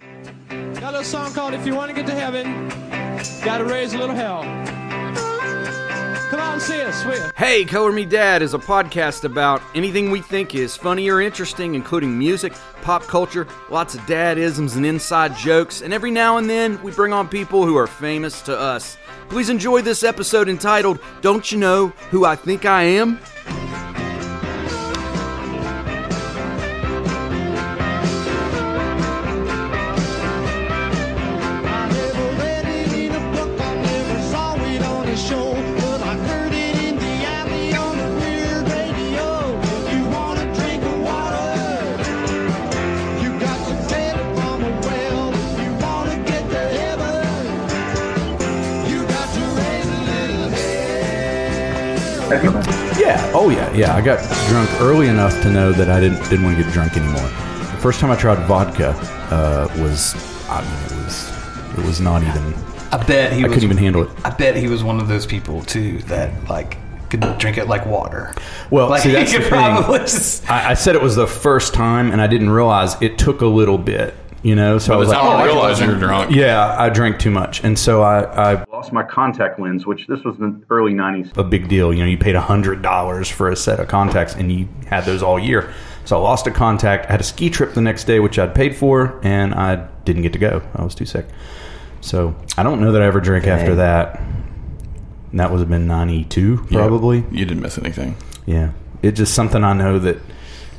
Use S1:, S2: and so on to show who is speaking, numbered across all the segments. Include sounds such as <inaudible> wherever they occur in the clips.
S1: Got a little song called If You Want to Get to Heaven, Gotta Raise a Little Hell. Come on, see us, Swift.
S2: Hey, Color Me Dad is a podcast about anything we think is funny or interesting, including music, pop culture, lots of dadisms and inside jokes, and every now and then we bring on people who are famous to us. Please enjoy this episode entitled Don't You Know Who I Think I Am?
S3: I never read it in a book, I never saw it on a show, but I heard it in the alley on the weird radio. If you want a drink of water, you got to get it from a well. If you want to get to heaven, you got to raise a little
S4: Yeah. Oh yeah. Yeah. I got drunk early enough to know that I didn't didn't want to get drunk anymore. The first time I tried vodka uh, was, I mean, it was it was not even.
S5: I bet he
S4: I
S5: was,
S4: couldn't even handle it.
S5: I bet he was one of those people too that like could drink it like water.
S4: Well,
S5: like <laughs>
S4: see, that's
S5: he
S4: the
S5: could
S4: thing.
S5: probably just
S4: I, I said it was the first time, and I didn't realize it took a little bit. You know, so I was
S6: By the
S4: like,
S6: time
S4: oh,
S6: I
S4: I
S6: realized
S5: Uh,
S6: you were drunk.
S4: Yeah, I drank too much, and so I, I lost my contact lens, which this was in the early '90s. A big deal, you know. You paid hundred dollars for a set of contacts, and you had those all year. So I lost a contact. I had a ski trip the next day, which I'd paid for, and I didn't get to go. I was too sick. So I don't know that I ever drank after that. And that would have been '92, probably.
S6: You didn't miss anything.
S4: Yeah. It's just something I know that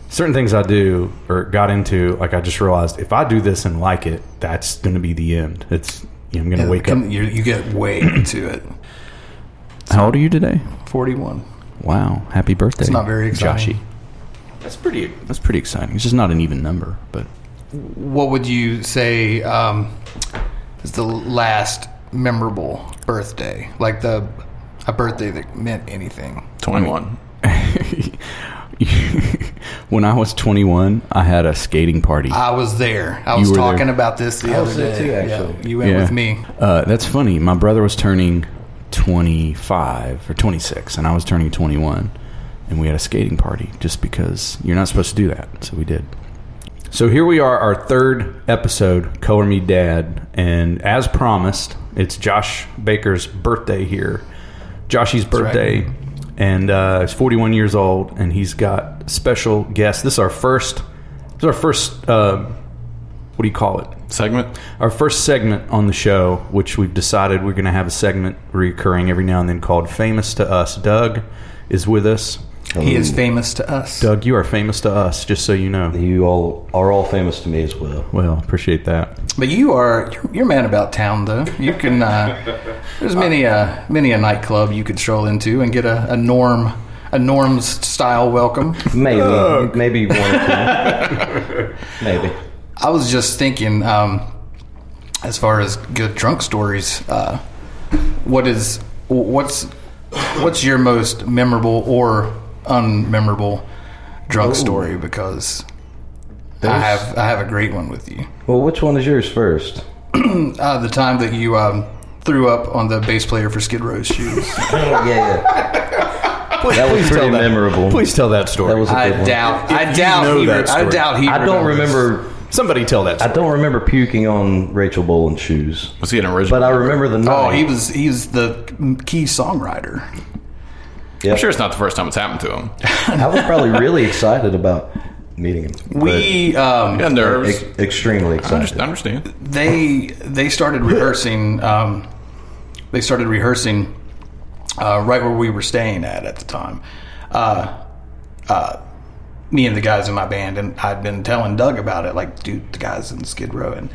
S4: certain things I do or got into, like I just realized if I do this and like it, that's going to be the end. It's, you know, I'm going to wake
S5: come-
S4: up.
S5: You, you
S4: <clears throat>
S5: get way into it.
S7: How old are you today?
S5: Forty-one.
S7: Wow. Happy birthday.
S5: It's not very exciting.
S7: Joshy.
S4: That's pretty.
S7: That's pretty exciting. It's just not an even number, but <laughs>
S5: What would you say um, is the last memorable birthday? Like the a birthday that meant anything.
S6: 21.
S7: when I was 21, I had a skating party.
S5: I was there. I was
S7: were
S5: talking
S7: there.
S5: about this the other day. Yeah, you went with me.
S7: Uh, that's funny. My brother was turning 25 or 26, and I was turning 21, and we had a skating party just because you're not supposed to do that. So we did.
S4: So here we are, our third episode, Color Me Dad. And as promised, it's Josh Baker's birthday here. Joshy's birthday. And uh, he's 41 years old, and he's got special guests. This is our first, this is our first, uh, what do you call it?
S6: Segment?
S4: our first segment on the show, which we've decided we're going to have a segment recurring every now and then called "Famous to Us." Doug is with us.
S5: He
S4: Oh.
S5: is famous to us.
S4: Doug, you are famous to us, just so you know.
S8: You all are all famous to me as well.
S4: Well, appreciate that.
S5: But you are you're, you're man about town though. You can uh, there's many a many a nightclub you could stroll into and get a, a norm a norms style welcome.
S8: Maybe, maybe one or two.
S5: <laughs>
S8: maybe.
S5: I was just thinking, um, as far as good drunk stories, uh, what is what's what's your most memorable or unmemorable drunk story? Because I have I have a great one with you.
S8: Well, which one is yours first?
S5: Uh, the time that you um, threw up on the bass player for Skid Row's shoes.
S8: Yeah, yeah. that was pretty memorable.
S4: Please tell that story.
S8: That was a
S5: I
S8: good one.
S5: doubt. I
S4: you
S5: doubt,
S4: know
S5: he
S4: that
S5: re- I
S4: story.
S5: doubt he.
S8: I don't
S5: remembers.
S8: remember.
S4: Somebody tell that.
S8: I
S4: Story.
S8: don't remember puking on Rachel Boland's shoes,
S6: Was he an original?
S8: but I remember the night.
S5: Oh, he was he was the key songwriter.
S6: I'm sure it's not the first time it's happened
S5: <laughs>
S6: to him.
S8: I was probably really excited about meeting him.
S5: <laughs>
S8: but
S5: We um,
S6: Yeah, nerves.
S8: ex- extremely
S6: I underst-
S8: excited.
S6: I understand.
S5: they they started rehearsing. Um, they started rehearsing uh, right where we were staying at at the time. Uh, uh, me and the guys in my band, and I'd been telling Doug about it. Like, dude, the guys in Skid Row, and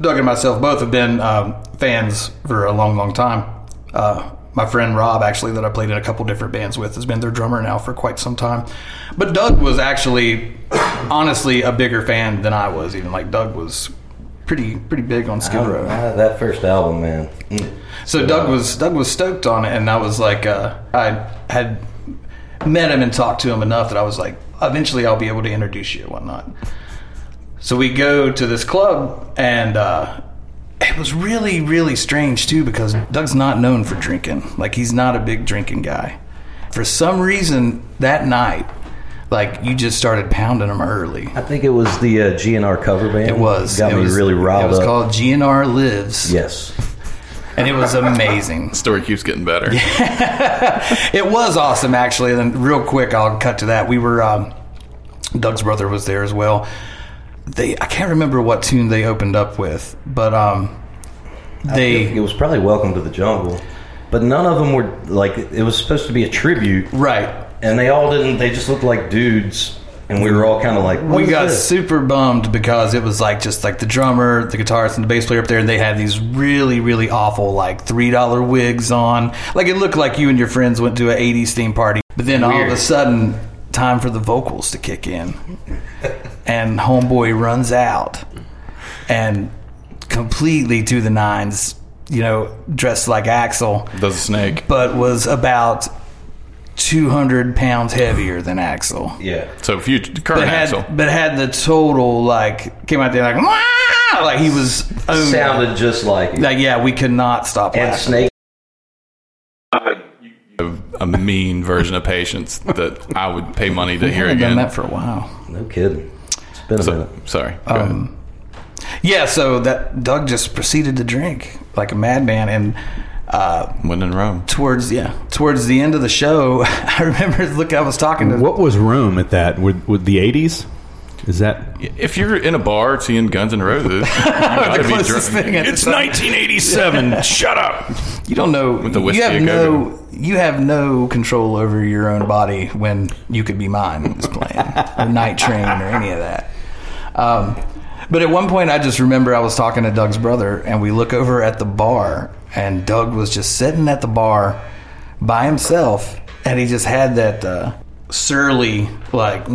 S5: Doug and myself both have been um, fans for a long, long time. Uh, my friend Rob, actually, that I played in a couple different bands with, has been their drummer now for quite some time. But Doug was actually, honestly, a bigger fan than I was. Even like Doug was pretty, pretty big on Skid Row.
S8: I- that first album, man. Mm.
S5: So Doug was Doug was stoked on it, and I was like, uh, I had met him and talked to him enough that I was like, eventually I'll be able to introduce you and whatnot. So we go to this club, and uh, it was really really strange too because Doug's not known for drinking. Like he's not a big drinking guy. For some reason that night, Like you just started pounding them early.
S8: I think it was the uh, GNR cover band.
S5: It was
S8: got
S5: it
S8: me
S5: was-
S8: really riled
S5: It was
S8: up.
S5: called GNR Lives.
S8: yes,
S5: and it was amazing.
S6: Story keeps getting better.
S5: it was awesome actually and then real quick i'll cut to that we were um, doug's brother was there as well they i can't remember what tune they opened up with but um
S8: it
S5: they
S8: was probably Welcome to the Jungle, but none of them were like it was supposed to be a tribute,
S5: right
S8: and they all didn't. They just looked like dudes, and we were all kind of like, what
S5: we
S8: is
S5: got
S8: this?
S5: super bummed because it was like just like the drummer, the guitarist, and the bass player up there, and they had these really, really awful like three dollar wigs on. Like it looked like you and your friends went to an '80s theme party, but then all of a sudden, time for the vocals to kick
S8: <laughs>
S5: in, and homeboy runs out, and completely to the nines, you know, dressed like Axel,
S6: Does a snake.
S5: but was about 200 pounds heavier than Axel
S8: yeah.
S6: So future current
S5: but had
S6: Axel.
S5: but had the total like came out there like "Wah!" like he was owned.
S8: Sounded just like it.
S5: like yeah we could not stop
S8: and
S5: laughing.
S8: Snake
S6: a mean version of patience that I would pay money to hear
S5: Haven't done
S6: again.
S5: that for a while.
S8: No kidding. It's been a minute.
S6: so, sorry. Go
S5: Um,
S6: ahead.
S5: Yeah, so that Doug just proceeded to drink like a madman, and uh,
S6: When in Rome.
S5: towards yeah towards the end of the show, <laughs> I remember look I was talking to
S9: What was Rome at that? With, with the 80s? Is that.
S6: If you're in a bar seeing Guns N' Roses,
S5: <laughs>
S6: you gotta be
S5: closest
S6: drunk.
S5: thing at the
S6: It's
S5: time.
S6: 1987. Shut up.
S5: you don't know
S6: the whiskey
S5: you have
S6: a go-go.
S5: no you have no control over your own body when you could be mine was playing or night train or any of that. Um, but at one point, I just remember I was talking to Doug's brother, and we look over at the bar, and Doug was just sitting at the bar by himself, and he just had that uh, surly, like,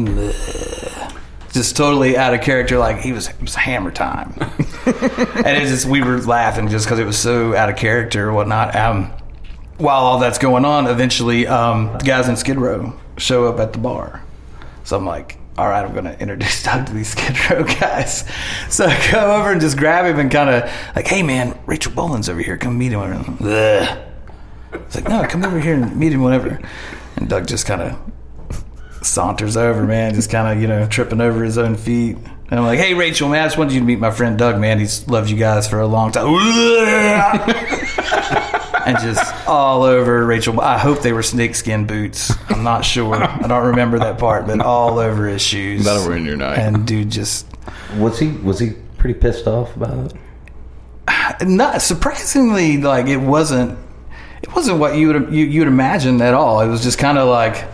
S5: just totally out of character. Like he was, it was hammer time, and it's just we were laughing just because it was so out of character or whatnot. Um, while all that's going on, eventually, um, the guys in Skid Row show up at the bar. So I'm like, all right, I'm going to introduce <laughs> Doug to these Skid Row guys. <laughs> So I come over and just grab him and kind of like, hey, man, Rachel Boland's over here. Come meet him. Ugh. It's like, no, come over here and meet him whenever. And Doug just kind of saunters over, man, just kind of, you know, tripping over his own feet. And I'm like, hey, Rachel, man, I just wanted you to meet my friend Doug, man. He's loved you guys for a long time. <laughs> and just all over Rachel. I hope they were snakeskin boots. I'm not sure. I don't remember that part, but all over his shoes.
S6: That'll ruin your night.
S5: And dude, just
S8: Was he was he pretty pissed off about it?
S5: not surprisingly, like it wasn't. It wasn't what you would you you'd imagine at all. It was just kind of like.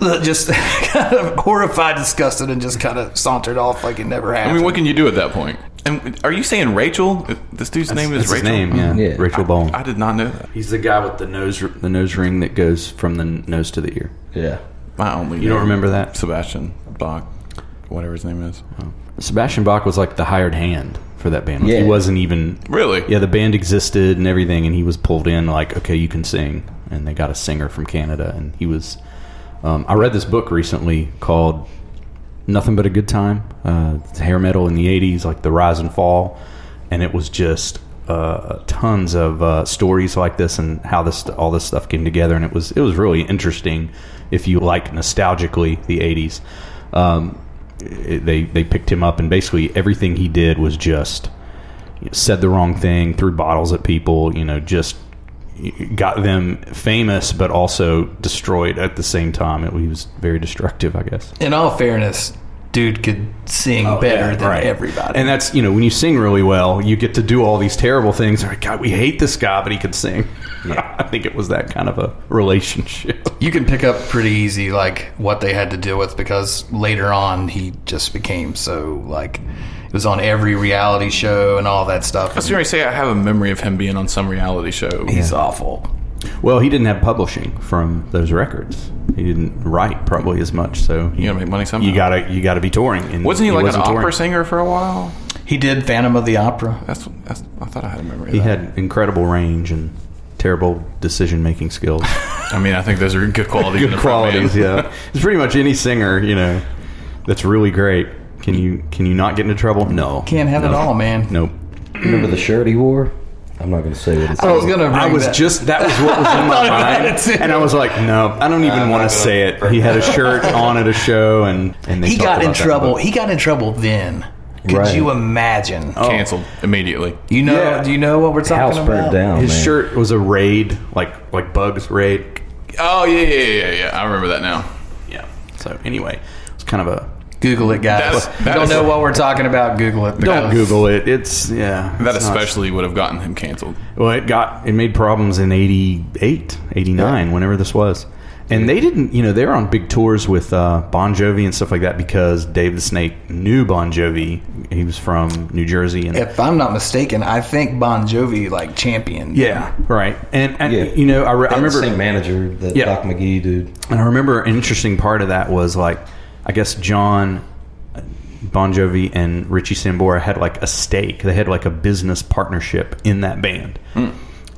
S5: <laughs> Just kind of horrified, disgusted, and just kind of sauntered off like it never
S6: I
S5: happened.
S6: mean, what can you do at that point? And are you saying Rachel? This dude's name is
S4: That's his
S6: Rachel.
S4: name, yeah.
S8: Yeah.
S4: Rachel Bowen.
S6: I did not know that.
S4: He's the guy with the nose the nose ring that goes from the nose to the ear.
S8: Yeah.
S6: My only.
S4: You don't remember that?
S6: Sebastian Bach, whatever his name is.
S4: Sebastian Bach was like the hired hand for that band.
S8: Yeah.
S4: He wasn't even
S6: Really?
S4: Yeah, the band existed and everything, and he was pulled in like, okay, you can sing, and they got a singer from Canada, and he was. Um, I read this book recently called "Nothing But a Good Time," uh, it's hair metal in the '80s, like the rise and fall, and it was just uh, tons of uh, stories like this and how this all this stuff came together, and it was it was really interesting if you like nostalgically the '80s. Um, it- they they picked him up, and basically everything he did was just you know, said the wrong thing, threw bottles at people, you know, just got them famous, but also destroyed at the same time. It, he was very destructive, I guess.
S5: In all fairness, dude could sing better than
S4: Oh, Right.
S5: everybody.
S4: And that's, you know, when you sing really well, you get to do all these terrible things. Like, God, we hate this guy, but he could sing. <laughs> I think it was that kind of a relationship.
S5: you can pick up pretty easy like what they had to deal with because later on he just became so like it was on every reality show and all that stuff.
S6: I was going to say I have a memory of him being on some reality show.
S5: He's awful.
S4: Well, he didn't have publishing from those records. He didn't write probably as much, so
S6: You gotta make money somehow.
S4: You gotta you gotta be touring. And
S6: Wasn't he like an
S4: wasn't
S6: opera
S4: touring.
S6: singer for a while?
S5: He did Phantom of the Opera.
S6: That's, that's I thought I had a memory. Of
S4: He
S6: that.
S4: had incredible range and terrible decision making <laughs> skills.
S6: I mean, I think those are good qualities. in
S4: Good
S6: a front man. <laughs>
S4: qualities, <laughs> yeah. It's pretty much any singer, you know, that's really great. Can you can you not get into trouble? No.
S5: Can't have
S4: No.
S5: it all, man.
S4: Nope.
S8: Remember the shirt he wore? I'm not going to say what it's.
S5: I was gonna. Bring
S4: I was
S5: that.
S4: just that was what <laughs> was in my mind, and I was like, no, I don't even want to say it. He had a shirt on at a show, and and they
S5: He
S4: talked
S5: got in
S4: about that
S5: trouble.
S4: book.
S5: He got in trouble then. Could
S8: Right.
S5: you imagine?
S6: Canceled immediately.
S5: You know?
S4: Yeah.
S5: Do you know what we're talking
S8: House
S5: about?
S8: burnt down.
S4: His
S8: man.
S4: shirt was a raid, like like Bugs raid.
S6: Oh yeah, yeah, yeah, yeah. I remember that now.
S4: Yeah. So anyway, it's kind of a
S5: Google it, guys.
S6: That's-
S5: You
S6: that
S5: don't
S6: is-
S5: know what we're talking about. Google it.
S4: don't
S5: because-
S4: Google it. It's yeah.
S6: That
S4: it's not-
S6: especially would have gotten him canceled.
S4: Well, it got it made problems in 88, 89, whenever this was. And they didn't, you know, they were on big tours with uh, Bon Jovi and stuff like that because Dave the Snake knew Bon Jovi. He was from New Jersey, and
S5: If I'm not mistaken, I think Bon Jovi like champion.
S4: yeah, right. And, and
S8: Yeah.
S4: you know, I, re- I
S8: That
S4: remember
S8: same manager, that
S4: Yeah.
S8: Doc McGee dude.
S4: And I remember an interesting part of that was like, I guess John Bon Jovi and Richie Sambora had like a stake. They had like a business partnership in that band.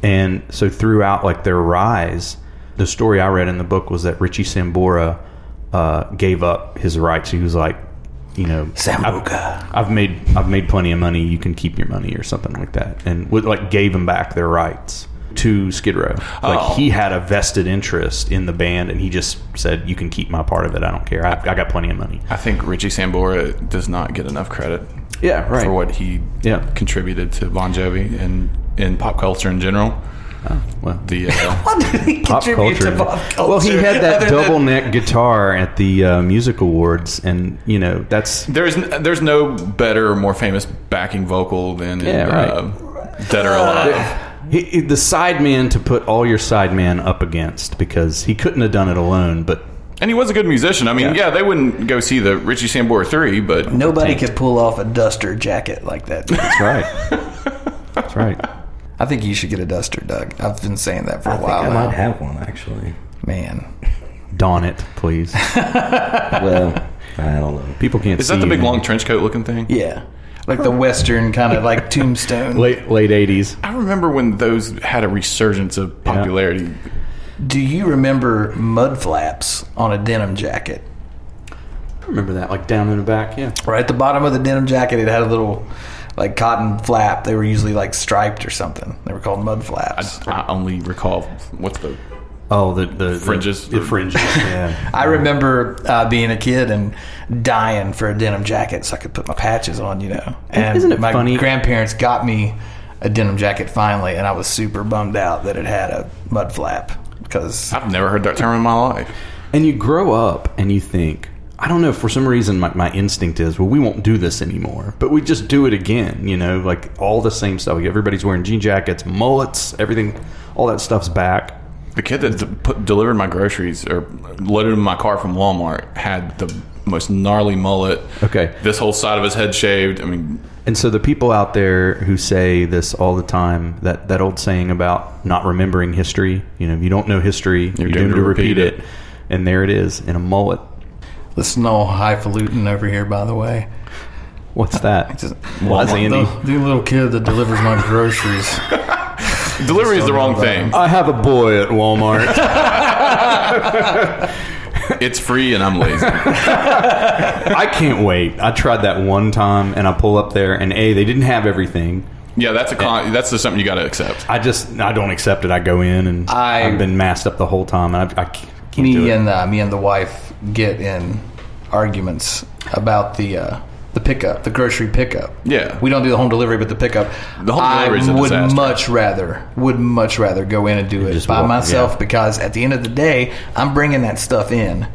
S4: And so throughout like their rise, the story I read in the book was that Richie Sambora uh, gave up his rights. He was like, you know,
S5: Sambuca.
S4: I've made I've made plenty of money. You can keep your money or something like that, and would, like gave them back their rights to Skid Row. Like
S6: Oh.
S4: he had a vested interest in the band, and he just said, "You can keep my part of it. I don't care. I, I got plenty of money."
S6: I think Richie Sambora does not get enough credit.
S4: Yeah, right.
S6: For what he
S4: Yeah.
S6: contributed to Bon Jovi and in pop culture in general.
S4: well.
S6: The uh, <laughs>
S5: What did he <laughs> contribute to pop culture?
S4: Well, he had that
S5: other than-
S4: double neck guitar at the uh, music awards, and you know that's
S6: there's n- there's no better or more famous backing vocal than in,
S4: Yeah, right.
S6: uh, Dead or Alive.
S4: he, he- the sideman to put all your sideman up against because he couldn't have done it alone. But
S6: And he was a good musician. I mean, yeah, they wouldn't go see the Richie Sambora three, but
S5: Nobody could pull off a duster jacket like that.
S4: that's right. that's right.
S5: <laughs> I think you should get a duster, Doug. I've been saying that for a
S8: I think
S5: while
S8: I
S5: now.
S8: might have one actually.
S5: Man,
S4: Don it, please.
S8: well, <laughs> I don't know.
S4: People can't.
S6: is that
S4: see
S6: the
S4: you,
S6: big
S4: man.
S6: long trench coat looking thing?
S5: yeah, like the western kind of
S8: <laughs>
S5: like tombstone.
S4: late late eighties?
S6: I remember when those had a resurgence of popularity.
S5: Do you remember mud flaps on a denim jacket?
S4: I remember that, like down in the back. Yeah,
S5: Right at the bottom of the denim jacket, it had a little like cotton flap. They were usually like striped or something. They were called mud flaps.
S6: I only recall what's the
S4: Oh, the the
S6: Fringes.
S4: The, fringes. Yeah.
S5: I remember uh, being a kid and dying for a denim jacket so I could put my patches on, you know. And
S4: Isn't it
S5: my
S4: funny-
S5: grandparents got me a denim jacket finally, and I was super bummed out that it had a mud flap because
S6: I've never heard that term in my life.
S4: and you grow up and you think, I don't know. For some reason, my, my instinct is, well, we won't do this anymore, but we just do it again. You know, like all the same stuff. Like, everybody's wearing jean jackets, mullets, everything. All that stuff's back.
S6: The kid that d- put, delivered my groceries or loaded in my car from Walmart had the most gnarly mullet.
S4: Okay.
S6: This whole side of his head shaved. I mean,
S4: And so the people out there who say this all the time, that, that old saying about not remembering history, you know, if you don't know history, you're, doomed, to repeat, it. And there it is in a mullet.
S5: this no highfalutin over here, by the way.
S4: What's <laughs> that?
S5: Just-
S4: Well, that's Andy.
S5: The, the little kid that delivers my groceries.
S6: delivery is the wrong thing.
S4: I have a boy at <laughs> Walmart.
S6: It's free and I'm lazy.
S4: I can't wait. I tried that one time and I pull up there and A, they didn't have everything.
S6: yeah, that's a con- that's just something you got to accept.
S4: I just, I don't accept it. I go in and I,
S5: I-
S4: have been masked up the whole time and I, I can't, can't do
S5: me
S4: it.
S5: and uh, me and the wife get in arguments about the uh, the pickup, the grocery pickup.
S6: Yeah.
S5: we don't do the home delivery, but the pickup.
S6: The home delivery's
S5: I
S6: a
S5: would
S6: disaster.
S5: much rather would much rather go in and do it
S4: just
S5: by
S4: walk-
S5: myself
S4: yeah.
S5: because at the end of the day, I'm bringing that stuff in,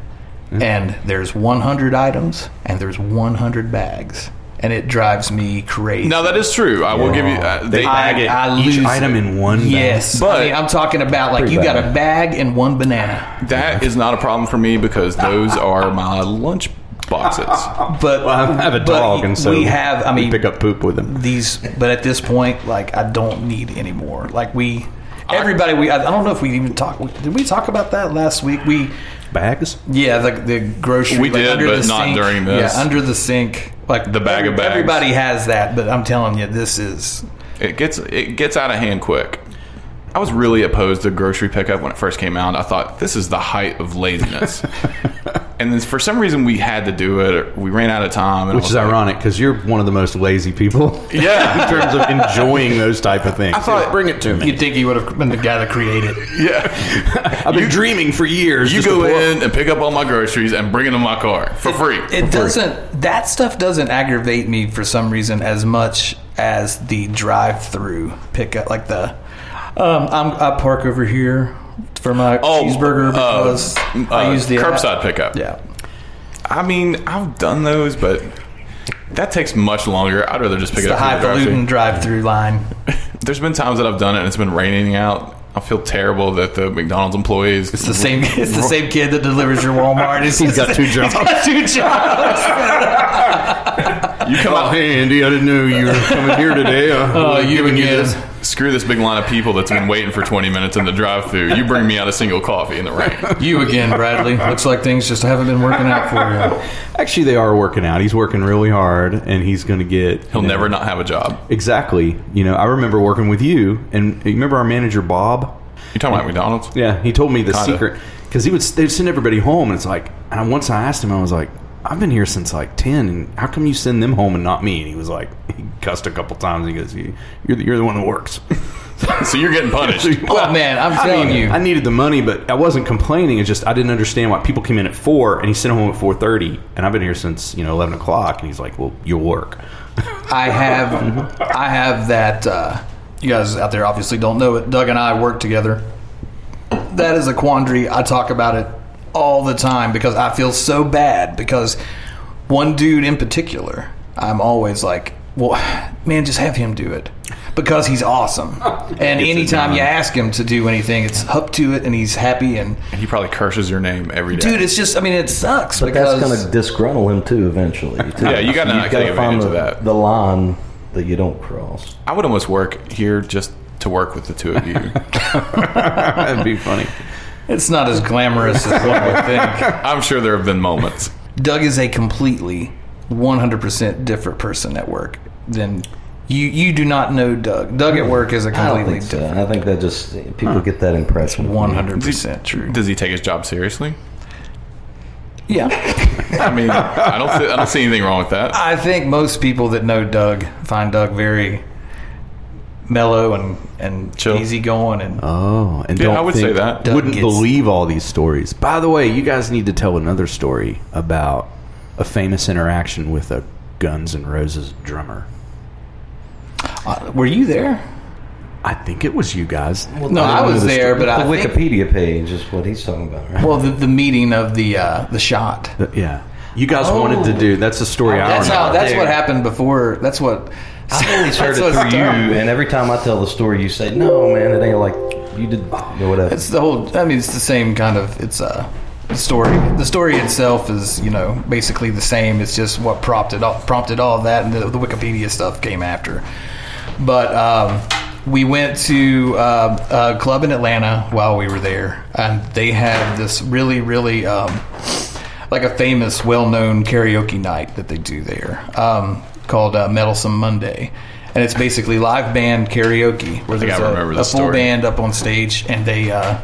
S4: Mm-hmm.
S5: and there's 100 items and there's 100 bags, and it drives me crazy.
S6: Now that is true. I will give you. Uh, they,
S4: bag it, each item in one bag.
S5: Yes,
S6: But-
S5: I mean, I'm talking about like you got a bag and one banana,
S6: that is not a problem for me because those are my lunch boxes.
S5: but
S4: Well, I have a
S5: but
S4: dog and so
S5: we have. I
S4: we
S5: mean,
S4: pick up poop with him.
S5: these but at this point like i don't need any more like we everybody we i I don't know if we even talked did we talk about that last week we
S4: Bags?
S5: yeah the, the grocery
S6: We
S5: like,
S6: did,
S5: under
S6: but
S5: the
S6: not
S5: sink,
S6: during this.
S5: yeah under the sink like
S6: The bag of bags.
S5: everybody has that but i'm telling you this is
S6: It gets it gets out of hand quick. I was really opposed to grocery pickup when it first came out. I thought this is the height of laziness. and then for some reason we had to do it. Or we ran out of time, and I
S4: Which
S6: was
S4: is
S6: like-
S4: ironic because you're one of the most lazy people <laughs> in
S6: Yeah,
S4: terms of enjoying those type of things.
S6: I thought-
S4: Bring it to me.
S5: You'd think he would have been the guy that created.
S6: yeah.
S4: I've been dreaming for years.
S6: You
S4: just
S6: go
S4: to pull up-
S6: in and pick up all my groceries and bring it in my car for free.
S5: It doesn't. That stuff doesn't aggravate me for some reason as much as the drive-through pickup, like the. Um, I'm, I park over here for my
S6: Oh,
S5: cheeseburger
S6: uh,
S5: because I
S6: uh,
S5: use the
S6: curbside pickup.
S5: Yeah,
S6: I mean, I've done those, but that takes much longer. I'd rather just pick
S5: it's
S6: it
S5: the
S6: up. from the
S5: highfalutin drive-through
S6: drive-thru.
S5: line.
S6: There's been times that I've done it and it's been raining out. I feel terrible that the McDonald's employees.
S5: It's the same. It's the same kid that delivers your Walmart. He's, <laughs>
S4: got two jobs.
S5: He's got two jobs.
S6: You come
S4: Oh,
S6: out here.
S4: hey, Andy, I didn't know you were coming here today. Uh,
S5: <laughs> Oh, you
S4: giving
S5: again.
S4: this.
S6: Screw this big line of people that's been waiting for 20 minutes in the drive-through. You bring me out a single coffee in the rain.
S5: you again, Bradley. Looks like things just haven't been working out for you.
S4: Actually, they are working out. He's working really hard, and he's going to get.
S6: He'll
S4: you know-
S6: never not have a job.
S4: Exactly. You know, I remember working with you, and you remember our manager Bob.
S6: You talking about McDonald's?
S4: Yeah, he told me the
S6: Kinda.
S4: secret because he would they'd send everybody home, and it's like, and I- once I asked him, I was like, I've been here since like ten, and how come you send them home and not me? And he was like, <laughs> he cussed a couple times. He goes, "You- you're the, you're the one that works. <laughs>
S6: So you're
S5: <laughs>
S6: getting punished.
S5: Oh man, I'm
S4: I
S5: telling
S4: mean,
S5: you.
S4: I needed the money, but I wasn't complaining. It's just I didn't understand why people came in at four, and he sent home at four thirty, and I've been here since you know eleven o'clock, and he's like, well, you'll work. <laughs>
S5: I have I have that uh, you guys out there obviously don't know it. Doug and I work together. That is a quandary. I talk about it all the time because I feel so bad because one dude in particular, I'm always like, well, man, just have him do it because he's awesome. And anytime you ask him to do anything, it's up to it and he's happy and
S6: He probably curses your name every day.
S5: dude, it's just I mean, it sucks
S8: But
S5: because
S8: that's going to disgruntle him too eventually. Too.
S6: Yeah, you gotta not
S8: You've gotta
S6: take
S8: find
S6: advantage
S8: the,
S6: of that.
S8: the line that you don't cross.
S6: I would almost work here just to work with the
S4: <laughs>
S6: two of you.
S4: That'd be funny.
S5: it's not as glamorous as one
S8: <laughs>
S5: would think.
S6: I'm sure there have been moments.
S5: Doug is a completely 100% different person at work than you. You do not know Doug. Doug at work is a
S8: I don't
S5: completely
S8: think so.
S5: different.
S8: I think that just people get that impression.
S5: 100% true.
S6: Does he take his job seriously?
S5: Yeah.
S6: I mean, I don't. See, I don't see anything wrong with that.
S5: I think most people that know Doug find Doug very mellow and, and
S6: Chill.
S5: easygoing. And
S4: Oh, and
S6: Yeah,
S4: don't
S6: I would
S4: think-
S6: say that.
S5: Doug
S4: wouldn't
S5: gets-
S4: believe all these stories. By the way, you guys need to tell another story about a famous interaction with a Guns N' Roses drummer.
S5: Uh, were you there?
S4: I think it was you guys.
S5: No, I was there, but
S8: the
S5: I think-
S8: Wikipedia page is what he's talking about, right?
S5: Well, the, the meeting of the uh, the shot.
S4: Th- yeah, you guys wanted to do. That's the story. I
S5: Oh. That's how.
S4: remember.
S5: That's
S8: there.
S5: what happened before. That's what.
S8: I always
S5: <laughs> <laughs>
S8: heard
S5: that's
S8: it
S5: what
S8: through you,
S5: started.
S8: and every time I tell the story, you say, "No, man, it ain't like you did." Or whatever.
S5: It's the whole. I mean, it's the same kind of. It's a story. The story itself is, you know, basically the same. It's just what prompted all, prompted all of that, and the, the Wikipedia stuff came after. But um, we went to uh, a club in Atlanta while we were there, and they had this really, really. Um, like a famous, well-known karaoke night that they do there, um, called uh, Meddlesome Monday, and it's basically live band karaoke where
S6: think
S5: there's
S6: I
S5: a,
S6: remember
S5: a
S6: this
S5: full
S6: story.
S5: band up on stage and they uh,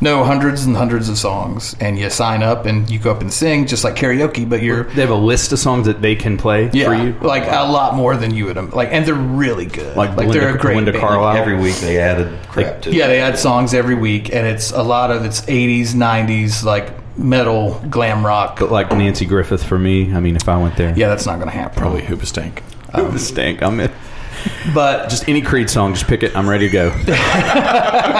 S5: know hundreds and hundreds of songs, and you sign up and you go up and sing just like karaoke, but you're
S4: they have a list of songs that they can play for
S5: yeah,
S4: you.
S5: like a lot more than you would like, and they're really good.
S4: Like Belinda-
S5: they're a great
S4: Belinda
S5: band.
S4: Carlisle?
S8: every week they added crap to. it.
S5: Yeah, they add songs every week, and it's a lot of it's '80s, '90s like metal, glam rock.
S4: But like Nancy Griffith for me. I mean, if I went there,
S5: Yeah, that's not going to happen.
S6: Probably hoop a stink.
S4: it would stink. I'm in.
S5: But
S4: just any Creed song. Just pick it. I'm ready to go.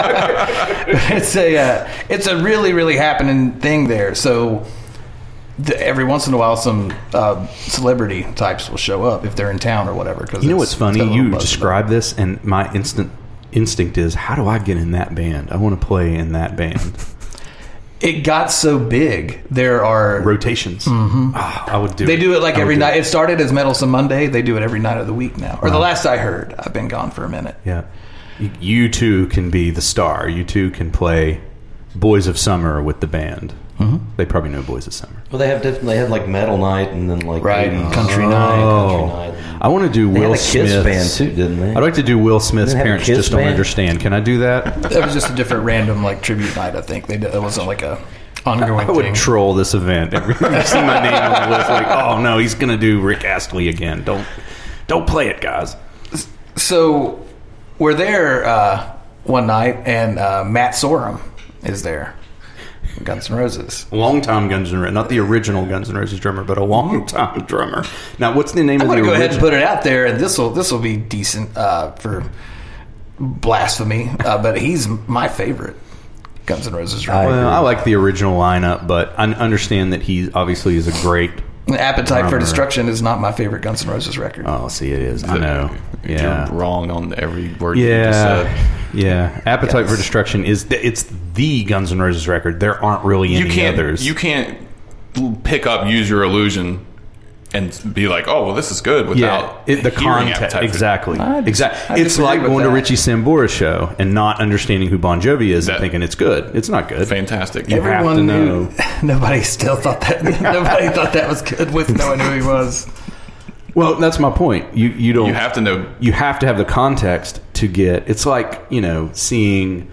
S5: it's a uh, it's a really really happening thing there. So the, every once in a while, some uh, celebrity types will show up if they're in town or whatever. Cause
S4: You know what's
S5: it's- it's got a
S4: funny?
S5: little
S4: You
S5: buzz
S4: describe this, and my instant instinct is, how do I get in that band? I want to play in that
S8: <laughs>
S4: band.
S5: about it. It got so big. There are
S4: Rotations.
S8: Mm-hmm.
S4: Ah, I would do.
S5: they
S4: it.
S5: do it like
S4: I would
S5: every
S4: do
S5: night.
S4: it.
S5: It started as Meddlesome Monday. They do it every night of the week now, or the last I heard. I've been gone for a minute.
S4: Yeah, you, you too can be the star. You too can play Boys of Summer with the band.
S8: Mm-hmm.
S4: They probably know Boys of Summer.
S8: Well, they have different. They had like metal night, and then like
S5: Right,
S8: 80s
S5: country
S8: country
S4: Oh.
S8: night.
S4: I want to do
S8: They
S4: Will
S8: had a Kiss
S4: Smith's-
S8: band too, didn't they?
S4: I'd like to do Will Smith's
S8: Didn't they have a
S4: parents
S8: Kiss
S4: just don't
S8: band? <laughs>
S4: understand. Can I do that?
S5: That was just a different random like tribute night. I think they did, it wasn't like a
S4: <laughs>
S5: ongoing
S4: I would
S5: thing.
S4: troll this event every time you see my name on the list. Like, oh no, he's gonna do Rick Astley again. Don't don't play it, guys.
S5: so we're there uh, one night, and uh, Matt Sorum is there, Guns N' Roses.
S4: Long time Guns N' Roses, not the original Guns N' Roses drummer, but a long time drummer. Now, what's the name
S5: I'm
S4: of the
S5: going to go ahead and
S4: original?
S5: put it out there, and this will this will be decent uh, for blasphemy, uh, but he's my favorite Guns N' Roses drummer.
S6: uh,
S4: well, I like the original lineup, but I understand that he obviously is a great.
S5: Appetite for
S4: drummer.
S5: Destruction is not my favorite Guns N' Roses record.
S4: Oh, see, it is. I know. Yeah.
S6: You're wrong on every word you just uh,
S4: Yeah,
S6: said.
S4: yeah. Appetite for Destruction is th- it's the Guns N' Roses record. There aren't really any
S6: You can't.
S4: others.
S6: You can't pick up Use Your Illusion and be like, "Oh, well, this is good."
S4: yeah,
S6: Without
S4: it, the
S6: hearing Appetite
S4: context
S6: for-
S4: exactly, exactly.
S5: I
S4: It's
S5: disagree
S4: like
S5: with
S4: going to
S5: that.
S4: Richie Sambora show and not understanding who Bon Jovi is and
S6: That-
S4: thinking it's good. It's not good.
S6: Fantastic.
S4: You have to know.
S5: <laughs> Nobody still thought that. <laughs> nobody thought that was good with knowing who he was.
S4: Well, that's my point. You you don't
S6: You have to know.
S4: you have to have the context to get it's like you know seeing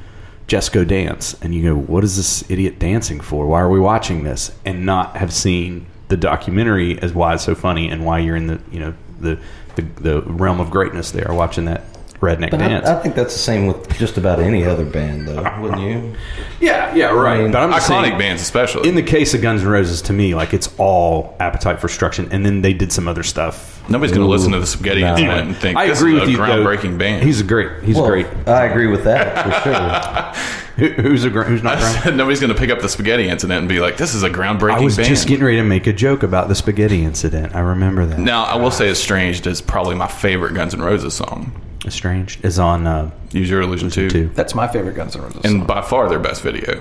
S4: jesco dance and you go what is this idiot dancing for why are we watching this and not have seen the documentary as why it's so funny and why you're in the you know the the, the realm of greatness there watching that redneck
S8: But
S4: dance
S8: I, I think that's the same with just about any other band, though, wouldn't you?
S4: yeah yeah right
S8: mean,
S4: but i'm just
S6: Iconic
S4: saying,
S6: bands, especially.
S4: in the case of guns n' roses to me like it's all appetite for destruction and then they did some other stuff
S6: Nobody's going to listen to the Spaghetti
S8: no.
S6: Incident and think
S4: i
S6: this
S4: agree
S6: is
S4: with
S6: a
S4: you though.
S6: groundbreaking band.
S4: he's a great he's
S8: Well,
S4: great
S8: I agree with that
S5: <laughs>
S8: for sure.
S4: Who, who's a gr- who's
S6: <laughs>
S4: not ground?
S6: Nobody's going to pick up the Spaghetti Incident and be like, "This is a groundbreaking
S4: I was
S6: band."
S4: just getting ready to make a joke about the spaghetti incident. I remember that.
S6: now, I will say, "Estranged" is probably my favorite Guns N' Roses song.
S4: Estranged is on uh,
S6: Use Your Illusion too,
S4: two.
S5: That's my favorite Guns N' Roses.
S6: and
S5: song.
S6: by far their best video.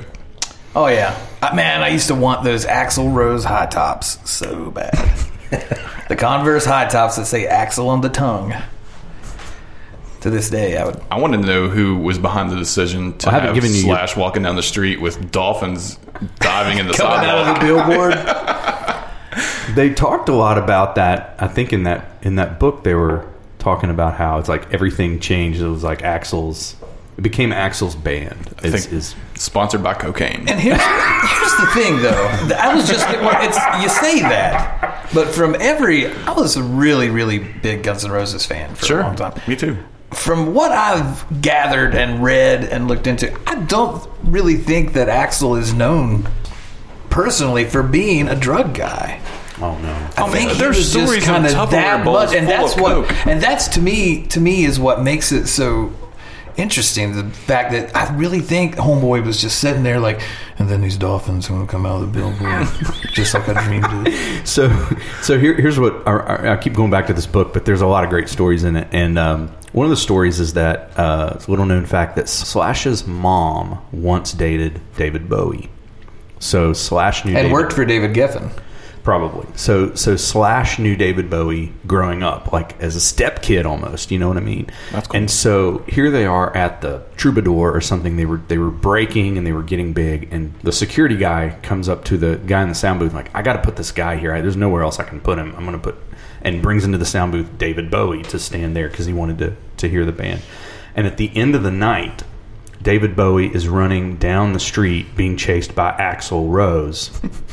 S5: oh yeah, Uh, man, I used to want those Axl Rose high tops so <laughs> bad. the Converse high tops that say Axl on the tongue. To this day, I would.
S6: I want to know who was behind the decision to
S4: I haven't
S6: have
S4: given you your-
S6: Slash walking down the street with dolphins diving
S4: <laughs>
S6: in the
S5: Coming out
S6: sidewalk.
S5: of the billboard.
S4: They talked a lot about that. I think in that in that book they were talking about how it's like everything changed. It was like Axel's. It became Axel's band.
S6: I
S4: Is,
S6: think
S4: is
S6: sponsored by
S5: And <laughs>
S6: cocaine.
S5: here's, here's the thing, though. I was just it's you say that, but from every I was a really really big Guns N' Roses fan for a long time.
S6: me too.
S5: From what I've gathered and read and looked into, I don't really think that Axel is known personally for being a drug guy.
S4: oh no.
S5: I think he
S6: there's
S5: was
S6: stories
S5: just
S6: on
S5: kind of
S6: Tupperware
S5: that
S6: bowls
S5: much, and
S6: full
S5: that's
S6: of
S5: what,
S6: Coke.
S5: and that's to me, to me is what makes it so interesting. The fact that I really think Homeboy was just sitting there, like, and then these dolphins going to come out of
S4: <laughs>
S5: the billboard, just like I dreamed of.
S4: so so here, here's what I, I- I keep going back to this book, but there's a lot of great stories in it, and um, one of the stories is that uh, it's a little known fact that Slash's mom once dated David Bowie. So Slash knew
S5: And
S4: David-
S5: worked for David Geffen.
S4: probably. So so Slash knew David Bowie growing up, like as a step kid almost. You know what I mean? That's cool. And so here they are at the Troubadour or something. They were they were breaking and they were getting big. And the security guy comes up to the guy in the sound booth like, I got to put this guy here. I, there's nowhere else I can put him. I'm gonna put and brings into the sound booth David Bowie to stand there because he wanted to to hear the band. And at the end of the night, David Bowie is running down the street being chased by Axl
S5: <laughs>
S4: Rose,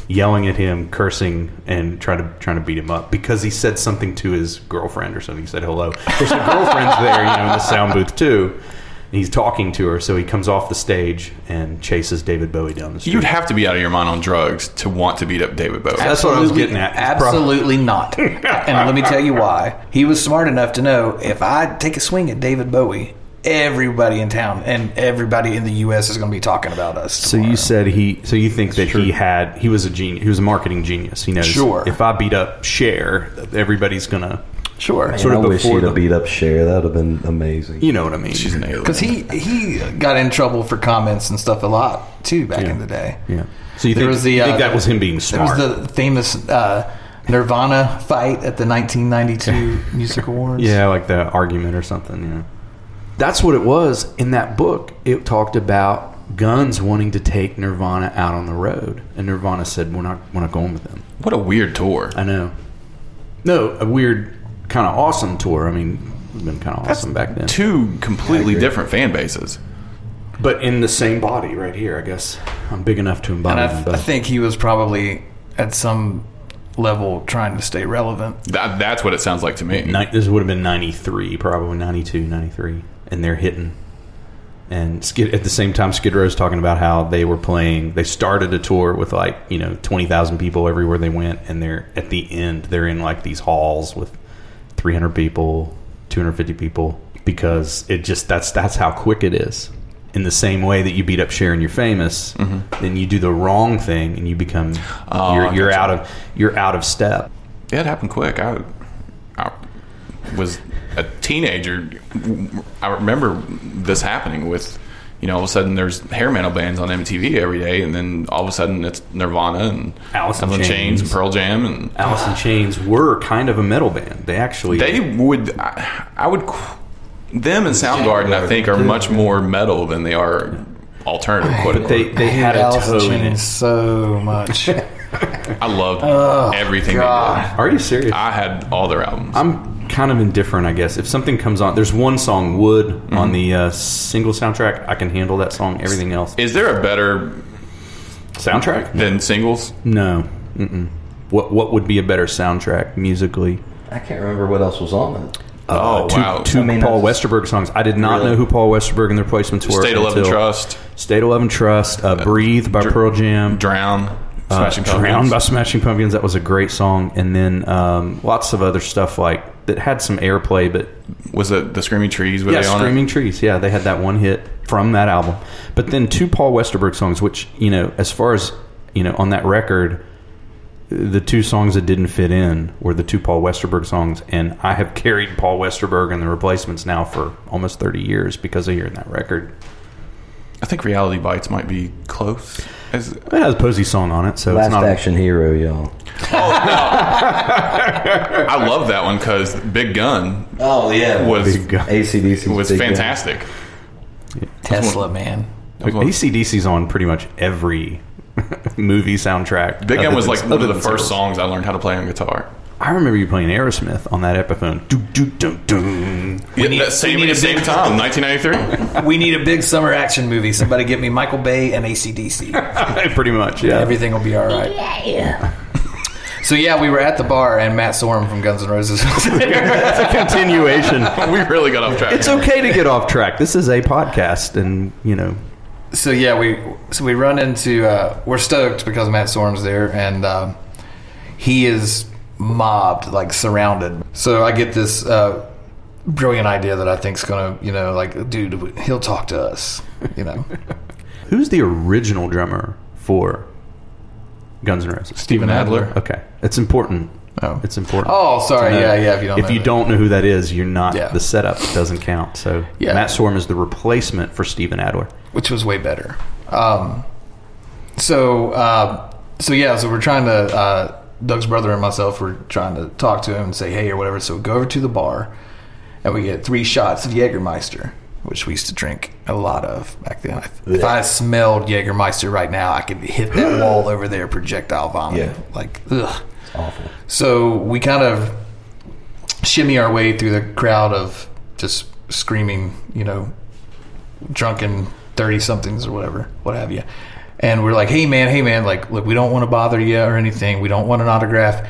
S4: yelling at him, cursing, and trying to trying to beat him up because he said something to his girlfriend or something. He said hello. There's some girlfriends there, you know, in the sound booth too. And he's talking to her, so he comes off the stage and chases David Bowie down the street.
S6: You'd have to be out of your mind on drugs to want to beat up David Bowie.
S4: That's what I was getting at. It's prob- <laughs>
S5: Absolutely not. and let me tell you why. He was smart enough to know if I take a swing at David Bowie, everybody in town and everybody in the U.S. is going to be talking about us.
S4: So you said he. So you think that he had. He was a genius. He was a marketing genius. He knows.
S5: Sure.
S4: If I beat up Cher, everybody's gonna.
S5: sure.
S4: Sort of
S8: I wish
S4: before
S8: he'd
S4: the-
S8: have beat up Cher. That would have been amazing.
S4: You know what I mean?
S6: She's an alien.
S5: Because he he got in trouble for comments and stuff a lot too back in the day.
S4: Yeah. So you
S5: There
S4: think,
S5: was the,
S4: you think
S5: uh,
S4: that was him being
S5: There was
S4: smart?
S5: the famous uh, Nirvana fight at
S4: <laughs>
S5: the 1992 Music Awards.
S4: yeah, like the argument or something. Yeah. That's what it was in that book. It talked about guns wanting to take Nirvana out on the road, and Nirvana said, "We're not, we're not going with them."
S6: what a weird tour.
S4: I know. No, a weird, kind of awesome tour. I mean, it would have been kind of awesome back then.
S6: Two completely different fan bases.
S4: but in the same body right here. I guess I'm big enough to embody
S5: And
S4: them
S5: I, I
S4: both.
S5: think he was probably at some level trying to stay relevant.
S6: That, that's what it sounds like to me.
S4: Ni- this would have been 93 probably 92 93 and they're hitting and skid at the same time skid row's talking about how they were playing they started a tour with like you know 20000 people everywhere they went and they're at the end they're in like these halls with 300 people 250 people because it just that's that's how quick it is in the same way that you beat up Cher and you're famous, then you do the wrong thing and you become
S6: Mm-hmm. Oh, I
S4: you're, you're
S6: gotcha.
S4: out of you're out of step.
S6: Yeah, it happened quick. I, I was a teenager. I remember this happening with, you know, all of a sudden there's hair metal bands on MTV every day, and then all of a sudden it's Nirvana and
S4: Alice in
S6: in Chains.
S4: Chains.
S6: and Pearl Jam, and
S4: Alice in Chains were kind of a metal band. They actually
S6: they would. I, I would. qu- Them and Soundgarden, I think, are much more metal than they are alternative. Quote
S4: but they,
S6: unquote.
S4: they had a
S5: Alice
S4: toe in
S5: Chains
S4: it.
S5: so
S4: <laughs>
S5: much.
S6: I loved everything. They did.
S5: God.
S4: Are you serious?
S6: I had all their albums.
S4: I'm kind of indifferent, I guess. If something comes on, there's one song "Wood"
S6: Mm-hmm.
S4: on the uh, single soundtrack. I can handle that song. Everything else
S6: Is there a better
S4: soundtrack?
S6: than singles?
S4: No. Mm-mm. What what would be a better soundtrack musically?
S8: I can't remember what else was on it.
S6: Oh,
S4: Uh, two,
S6: wow.
S4: Two
S8: I mean,
S4: Paul
S8: that's-
S4: Westerberg songs. I did not
S8: Really?
S4: know who Paul Westerberg and the replacements were.
S6: State of Love and
S4: until-
S6: Trust,
S4: State of Love and Trust. Uh, Breathe by
S6: Dr-
S4: Pearl Jam.
S6: Drown,
S4: Uh,
S6: Smashing Pumpkins.
S4: Drowned by Smashing Pumpkins. That was a great song. And then um, lots of other stuff like that had some airplay, but
S6: Was it the Screaming Trees? Were
S4: yeah,
S6: they on
S4: Screaming
S6: it?
S4: Trees. Yeah, they had that one hit from that album. But then two Paul Westerberg songs, which you know, as far as you know, on that record, the two songs that didn't fit in were the two Paul Westerberg songs, and I have carried Paul Westerberg and the Replacements now for almost thirty years because of hearing that record.
S6: I think Reality Bites might be close. As,
S4: It has Posey's song on it, so
S8: Last
S4: it's not.
S8: Action Hero, y'all.
S6: I love that one because Big Gun
S8: Oh yeah,
S6: was
S4: Big Gun.
S8: ACDC
S6: was fantastic.
S5: Tesla, man.
S4: Like, ACDC's on pretty much every <laughs> movie soundtrack.
S6: Big
S4: other
S6: Gun was
S4: than-
S6: like one
S4: other
S6: of the
S4: than singles.
S6: first songs I learned how to play on guitar.
S4: I remember you playing Aerosmith on that Epiphone. Do do do do.
S6: Yeah, that same,
S5: need a
S6: same
S5: big-
S6: time,
S5: <laughs>
S6: <laughs> 1993.
S5: We need a big summer action movie. Somebody get me Michael Bay
S4: <laughs>
S5: and
S4: <laughs>
S5: ACDC.
S4: pretty much, yeah.
S5: Everything will be all right. Yeah. So yeah, we were at the bar and Matt Sorum from Guns N' Roses was <laughs> there.
S4: it's a continuation.
S6: we really got off track.
S4: It's okay to get off track. This is a podcast, and you know,
S5: so yeah, we so we run into uh, we're stoked because Matt Sorum's there and um, he is mobbed like surrounded. So I get this uh, brilliant idea that I think's gonna you know like dude he'll talk to us you know
S4: who's the original drummer for Guns N' Roses?
S6: Steven Adler.
S4: Okay, it's important.
S5: Oh.
S4: It's important.
S5: Oh, sorry.
S4: to know.
S5: Yeah, yeah, if you don't
S4: if
S5: know
S4: you
S5: that.
S4: don't know who that is, you're not.
S5: Yeah.
S4: The setup doesn't count. So
S5: Yeah.
S4: Matt Sorum is the replacement for Steven Adler.
S5: which was way better. Um, so uh, so yeah, so we're trying to uh, Doug's brother and myself were trying to talk to him and say hey or whatever. So we go over to the bar, and we get three shots of Jägermeister, which we used to drink a lot of back then. If- If I smelled Jägermeister right now, I could hit that wall over there, projectile vomit.
S8: Yeah.
S5: Like ugh, it's awful. So we kind of shimmy our way through the crowd of just screaming, you know, drunken 30 somethings or whatever, what have you. And we're like, hey, man, hey, man, like, look, we don't want to bother you or anything. We don't want an autograph.